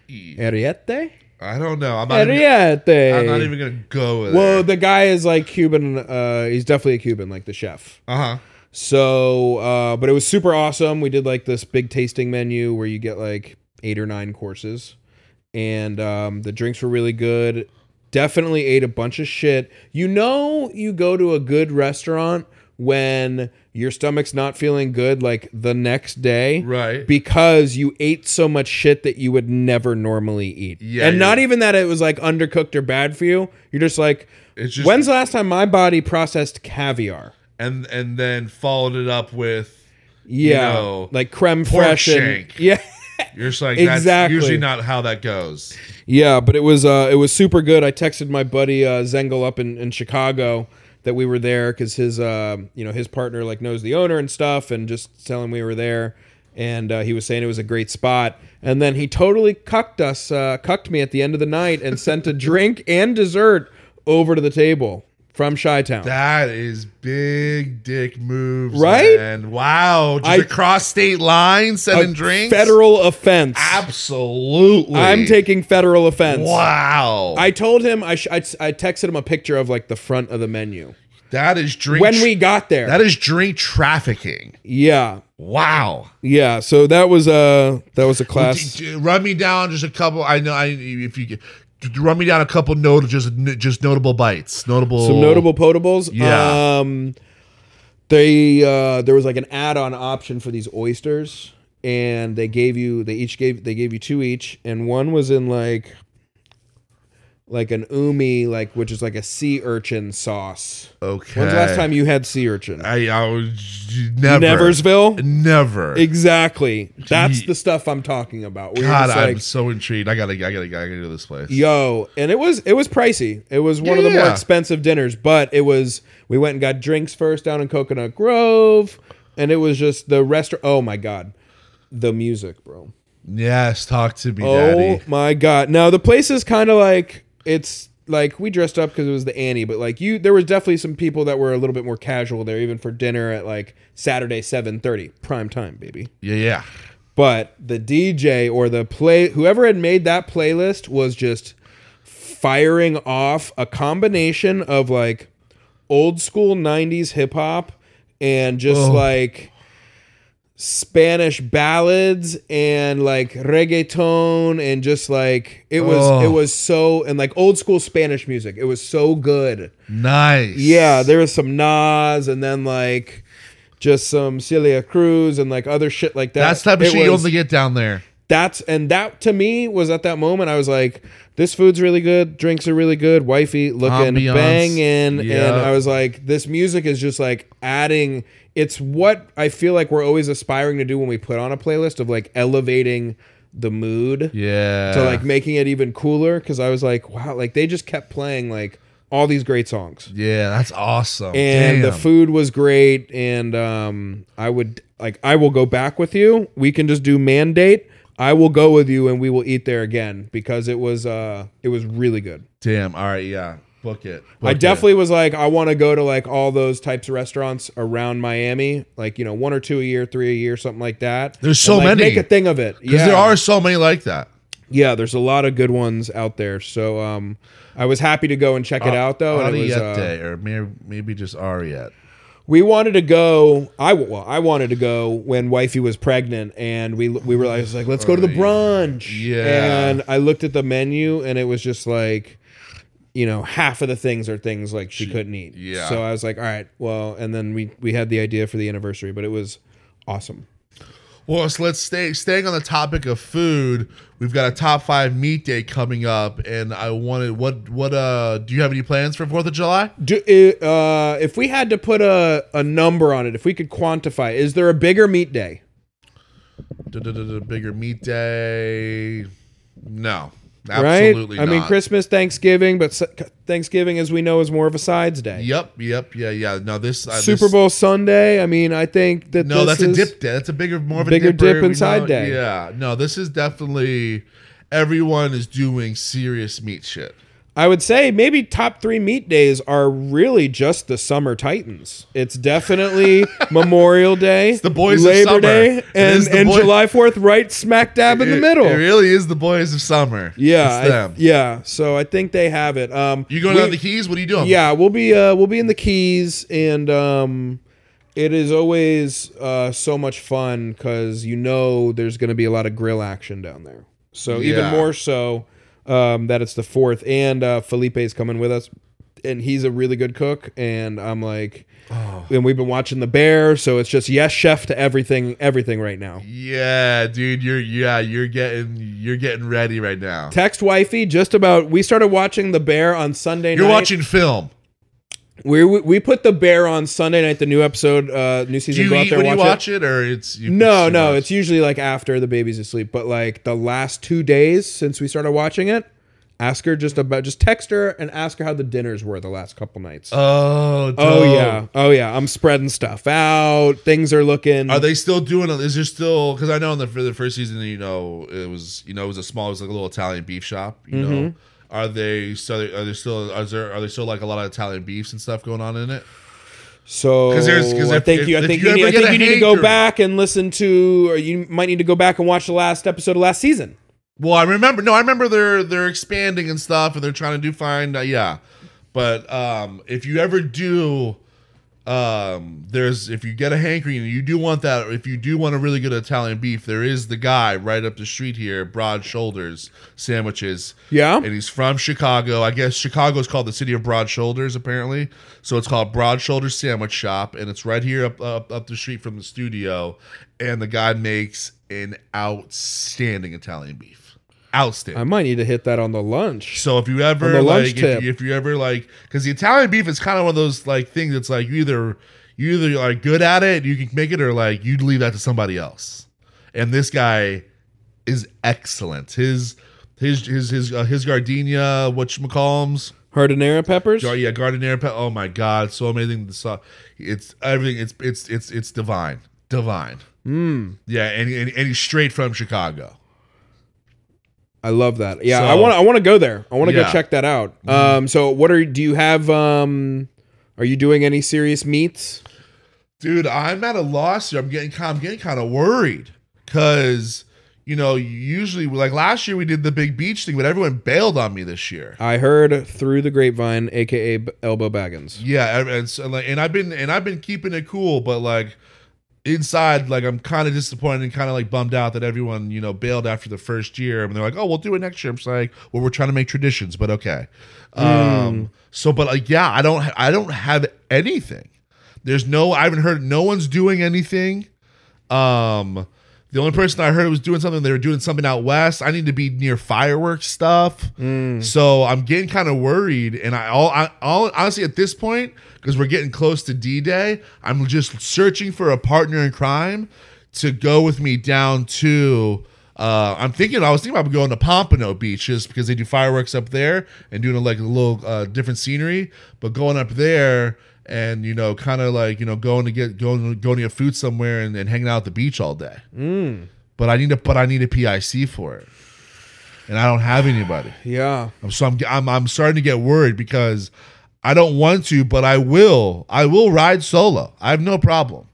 S1: E.
S2: Ariette?
S1: I don't know. I'm not. Even,
S2: Ariette.
S1: I'm not even gonna go with
S2: Well,
S1: it.
S2: the guy is like Cuban. Uh, he's definitely a Cuban, like the chef.
S1: Uh huh.
S2: So, uh, but it was super awesome. We did like this big tasting menu where you get like eight or nine courses, and um, the drinks were really good. Definitely ate a bunch of shit. You know, you go to a good restaurant when your stomach's not feeling good, like the next day,
S1: Right.
S2: because you ate so much shit that you would never normally eat.
S1: Yeah,
S2: and
S1: yeah.
S2: not even that it was like undercooked or bad for you. You're just like,
S1: It's just
S2: when's the last time my body processed caviar?
S1: and and then followed it up with.
S2: Yeah,
S1: know,
S2: like creme
S1: pork
S2: fraiche. and-
S1: shank.
S2: (laughs) yeah,
S1: You're just like that's
S2: Exactly.
S1: usually not how that goes.
S2: yeah, but it was uh, it was super good. I texted my buddy uh, Zengel up in, in Chicago that we were there because his uh, you know his partner like knows the owner and stuff, and just telling we were there, and uh, he was saying it was a great spot. And then he totally cucked (laughs) us, uh, cucked me at the end of the night, and sent a drink and dessert over to the table from Chi Town.
S1: That is big dick moves,
S2: Right?
S1: And wow, just
S2: I-
S1: across state lines,
S2: A
S1: selling drinks.
S2: Federal offense.
S1: absolutely.
S2: I'm taking federal offense.
S1: Wow,
S2: I told him I, sh- I I texted him a picture of like the front of the menu
S1: that is drink.
S2: when we got there.
S1: that is drink trafficking.
S2: yeah,
S1: Wow.
S2: yeah. So that was a that was a class.
S1: D- d- Run me down just a couple. I know. I if you d- run me down a couple note just just notable bites, notable
S2: Some notable potables.
S1: Yeah.
S2: Um, they uh, there was like an add-on option for these oysters, and they gave you they each gave they gave you two each, and one was in like like an umi like which is like a sea urchin sauce.
S1: Okay.
S2: When's the last time you had sea urchin?
S1: I, I was never.
S2: Neversville.
S1: Never.
S2: Exactly. That's
S1: Gee.
S2: the stuff I'm talking about. where you're
S1: God,
S2: just
S1: I'm
S2: like,
S1: so intrigued. I gotta, I gotta, I gotta go to this place.
S2: yo, and it was it was pricey. It was one of the more
S1: Yeah.
S2: expensive dinners, but it was we went and got drinks first down in Coconut Grove, and it was just the restaurant. Oh my god, the music, bro.
S1: Yes, talk to me,
S2: Oh
S1: daddy.
S2: my god. Now the place is kind of like it's like we dressed up because it was the Annie, but like you, there was definitely some people that were a little bit more casual there, even for dinner at like Saturday seven thirty, prime time, baby.
S1: Yeah, yeah.
S2: But the DJ or the play, whoever had made that playlist was just firing off a combination of like old school 90s hip hop and just
S1: Oh.
S2: like Spanish ballads and like reggaeton and just like it was
S1: Oh.
S2: it was so and like old school Spanish music. It was so good.
S1: Nice.
S2: Yeah, there was some Nas and then like just some Celia Cruz and like other shit like that.
S1: that's the type of
S2: It
S1: shit you
S2: was-
S1: only get down there.
S2: That's and that to me was at that moment I was like, this food's really good, drinks are really good, wifey looking
S1: Ambiance.
S2: banging,
S1: Yeah.
S2: and I was like, this music is just like adding. It's what I feel like we're always aspiring to do when we put on a playlist of like elevating the mood
S1: Yeah.
S2: to like making it even cooler. Because I was like, wow, like they just kept playing like all these great songs
S1: yeah, that's awesome.
S2: and the
S1: Damn.
S2: food was great and um i would like i will go back with you we can just do mandate i will go with you and we will eat there again because it was uh it was really good
S1: Damn. All right. Yeah. Book it.
S2: i
S1: Book it.
S2: definitely was like i want to go to like all those types of restaurants around miami like you know one or two a year three a year something like that
S1: There's so
S2: And, like,
S1: many.
S2: make a thing of it
S1: Because
S2: yeah
S1: there are so many like that.
S2: yeah there's a lot of good ones out there so um i was happy to go and check it out
S1: Oh,
S2: though and it was,
S1: Ariete,
S2: uh,
S1: or may- maybe just Ariette.
S2: We wanted to go. I w- well, I wanted to go when wifey was pregnant, and we we were like, I was like, let's go to the brunch.
S1: Yeah.
S2: And I looked at the menu, and it was just like, you know, half of the things are things like she couldn't eat.
S1: yeah.
S2: So I was like, all right, well, and then we we had the idea for the anniversary, but it was awesome.
S1: Well, so let's stay staying on the topic of food. We've got a top five meat day coming up, and I wanted what what uh do you have any plans for Fourth of July?
S2: Do, i- uh, if we had to put a a number on it, if we could quantify, is there a bigger meat day?
S1: Duh, duh, duh, duh, Bigger meat day? No,
S2: Right.
S1: absolutely.
S2: I mean,
S1: not.
S2: Christmas, Thanksgiving, but s- Thanksgiving, as we know, is more of a sides day.
S1: Yep, yep, yeah, yeah. No, this uh,
S2: Super
S1: this-
S2: Bowl Sunday. I mean, I think that
S1: No,
S2: this
S1: that's a
S2: is-
S1: dip day. That's a bigger, more of a
S2: Bigger
S1: dipper,
S2: dip
S1: we
S2: inside
S1: know-
S2: day.
S1: Yeah, no, this is definitely everyone is doing serious meat shit.
S2: I would say maybe top three meat days are really just the summer Titans.
S1: (laughs)
S2: It's definitely Memorial Day,
S1: the boys of
S2: Labor
S1: summer.
S2: Day,
S1: It
S2: and,
S1: is the
S2: and
S1: boy-
S2: July Fourth, right smack dab in the
S1: It-
S2: middle.
S1: It, really is the boys of summer.
S2: yeah,
S1: it's
S2: I-
S1: them.
S2: yeah. So I think they have it. Um,
S1: you going
S2: we-
S1: down the keys? What are you doing?
S2: Yeah, we'll be uh, we'll be in the Keys, and um, it is always uh, so much fun because you know there's going to be a lot of grill action down there. So even
S1: Yeah.
S2: more so um, that it's the fourth, and uh, Felipe's coming with us, and he's a really good cook, and I'm like,
S1: Oh.
S2: and we've been watching The Bear, so it's just yes chef to everything, everything right now.
S1: Yeah, dude, you're yeah, you're getting you're getting ready right now.
S2: Text wifey just about. We started watching The Bear on Sunday.
S1: You're
S2: night.
S1: watching film.
S2: We, we we put the bear on Sunday night, the new episode, uh, new
S1: Do
S2: season.
S1: you
S2: go out
S1: eat
S2: there
S1: when
S2: watch,
S1: you
S2: it.
S1: watch it, or it's you,
S2: No,
S1: it's too
S2: no,
S1: much?
S2: it's usually like after the baby's asleep. But like the last two days since we started watching it, ask her just about just text her and ask her how the dinners were the last couple nights.
S1: oh
S2: oh
S1: dope.
S2: yeah, oh yeah, I'm spreading stuff out. Things are looking.
S1: Are they still doing it? Is there still because
S2: Mm-hmm.
S1: I know in the for the first season, you know, it was you know it was a small, it was like a little Italian beef shop, you know. Are they so? They, are they still? Are there? Are there still like a lot of Italian beefs and stuff going on in it?
S2: So
S1: 'Cause there's- 'cause
S2: I
S1: if-
S2: think
S1: if-
S2: you, I
S1: if
S2: think
S1: you
S2: you, need,
S1: ever
S2: I
S1: get
S2: think
S1: a
S2: you need to go
S1: hanger-
S2: back and listen to, or you might need to go back and watch the last episode of last season.
S1: Well, I remember. No, I remember they're they're expanding and stuff, and they're trying to do fine. Uh, yeah, but um, if you ever do, um, there's if you get a hankering and you do want that, if you do want a really good Italian beef, there is the guy right up the street here, Broad Shoulders Sandwiches.
S2: Yeah.
S1: and he's from Chicago. I guess Chicago is called the city of broad shoulders, apparently. So it's called Broad Shoulders Sandwich Shop, and it's right here up up, up the street from the studio. And the guy makes an outstanding Italian beef, outstanding.
S2: I might need to hit that on the lunch.
S1: so if you
S2: On
S1: ever
S2: the lunch
S1: like,
S2: tip.
S1: if you, if you ever like, because the Italian beef is kind of one of those like things that's like you either you either are good at it, you can make it, or like you'd leave that to somebody else. And this guy is excellent. His his his his uh, his gardenia, what you
S2: Hardinera peppers.
S1: Gar- yeah, Gardiner. Pe- oh my god, so amazing! The sauce, it's everything. It's it's it's it's divine, divine.
S2: Hmm.
S1: Mm. Yeah, and, and and he's straight from Chicago.
S2: I love that. Yeah, I
S1: So-
S2: want I want to go there. I want to
S1: Yeah. Mm-hmm.
S2: go check that out. Um, so what are do you have? Um, are you doing any serious meats?
S1: Dude, I'm at a loss here. I'm getting ki- I'm getting kind of worried because you know usually like last year we did the big beach thing, but everyone bailed on me this year.
S2: I heard through the grapevine, aka B- Elbow Baggins.
S1: Yeah, and, and so like, and I've been and I've been keeping it cool, but like inside, like I'm kind of disappointed and kind of like bummed out that everyone you know bailed after the first year, and they're like, oh, we'll do it next year. I'm just like, well, we're trying to make traditions, but okay. Um, so, but like, yeah, I don't, I don't have anything. There's no, I haven't heard. No one's doing anything. Um, the only person I heard was doing something. They were doing something out west. I need to be near fireworks stuff. So I'm getting kind of worried. And I all, I all honestly at this point because we're getting close to D Day. I'm just searching for a partner in crime to go with me down to. Uh, I'm thinking I was thinking about going to Pompano Beach just because they do fireworks up there and doing like a little uh, different scenery. But going up there and you know, kind of like you know, going to get going going to get food somewhere and, and hanging out at the beach all day. But I need to but I need a PIC for it, and I don't have anybody.
S2: Yeah,
S1: I'm so I'm, I'm I'm starting to get worried because I don't want to, but I will. I will ride solo. I have no problem.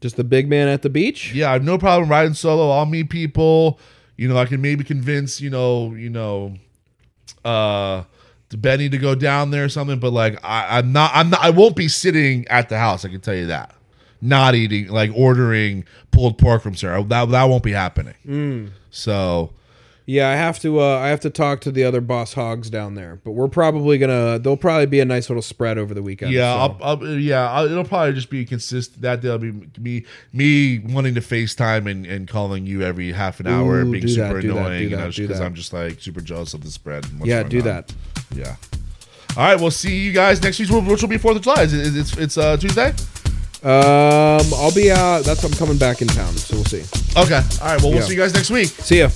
S2: just the big man at the beach.
S1: Yeah, I have no problem riding solo. I'll meet people. You know, I can maybe convince, you know, you know, uh to Benny to go down there or something, but like I, I'm not I'm not I won't be sitting at the house, I can tell you that. Not eating, like ordering pulled pork from Sarah. That that won't be happening. So
S2: Yeah, I have to. Uh, I have to talk to the other boss hogs down there. But we're probably gonna. There'll probably be a nice little spread over the weekend.
S1: yeah,
S2: so.
S1: I'll, I'll, yeah, I'll, it'll probably just be consistent. That they'll be me, me wanting to FaceTime and, and calling you every half an hour,
S2: Ooh,
S1: and being
S2: do that,
S1: super
S2: do that, do
S1: annoying,
S2: that, do
S1: because
S2: that.
S1: I'm just like super jealous of the spread. And what's
S2: yeah,
S1: going
S2: do
S1: on.
S2: that.
S1: Yeah. All right, we'll see you guys next week, which will be Fourth of July. It's it's, it's uh, Tuesday.
S2: Um, I'll be out. That's I'm coming back in town, so we'll see.
S1: Okay. All right. Well, we'll
S2: Yeah.
S1: see you guys next week.
S2: See ya.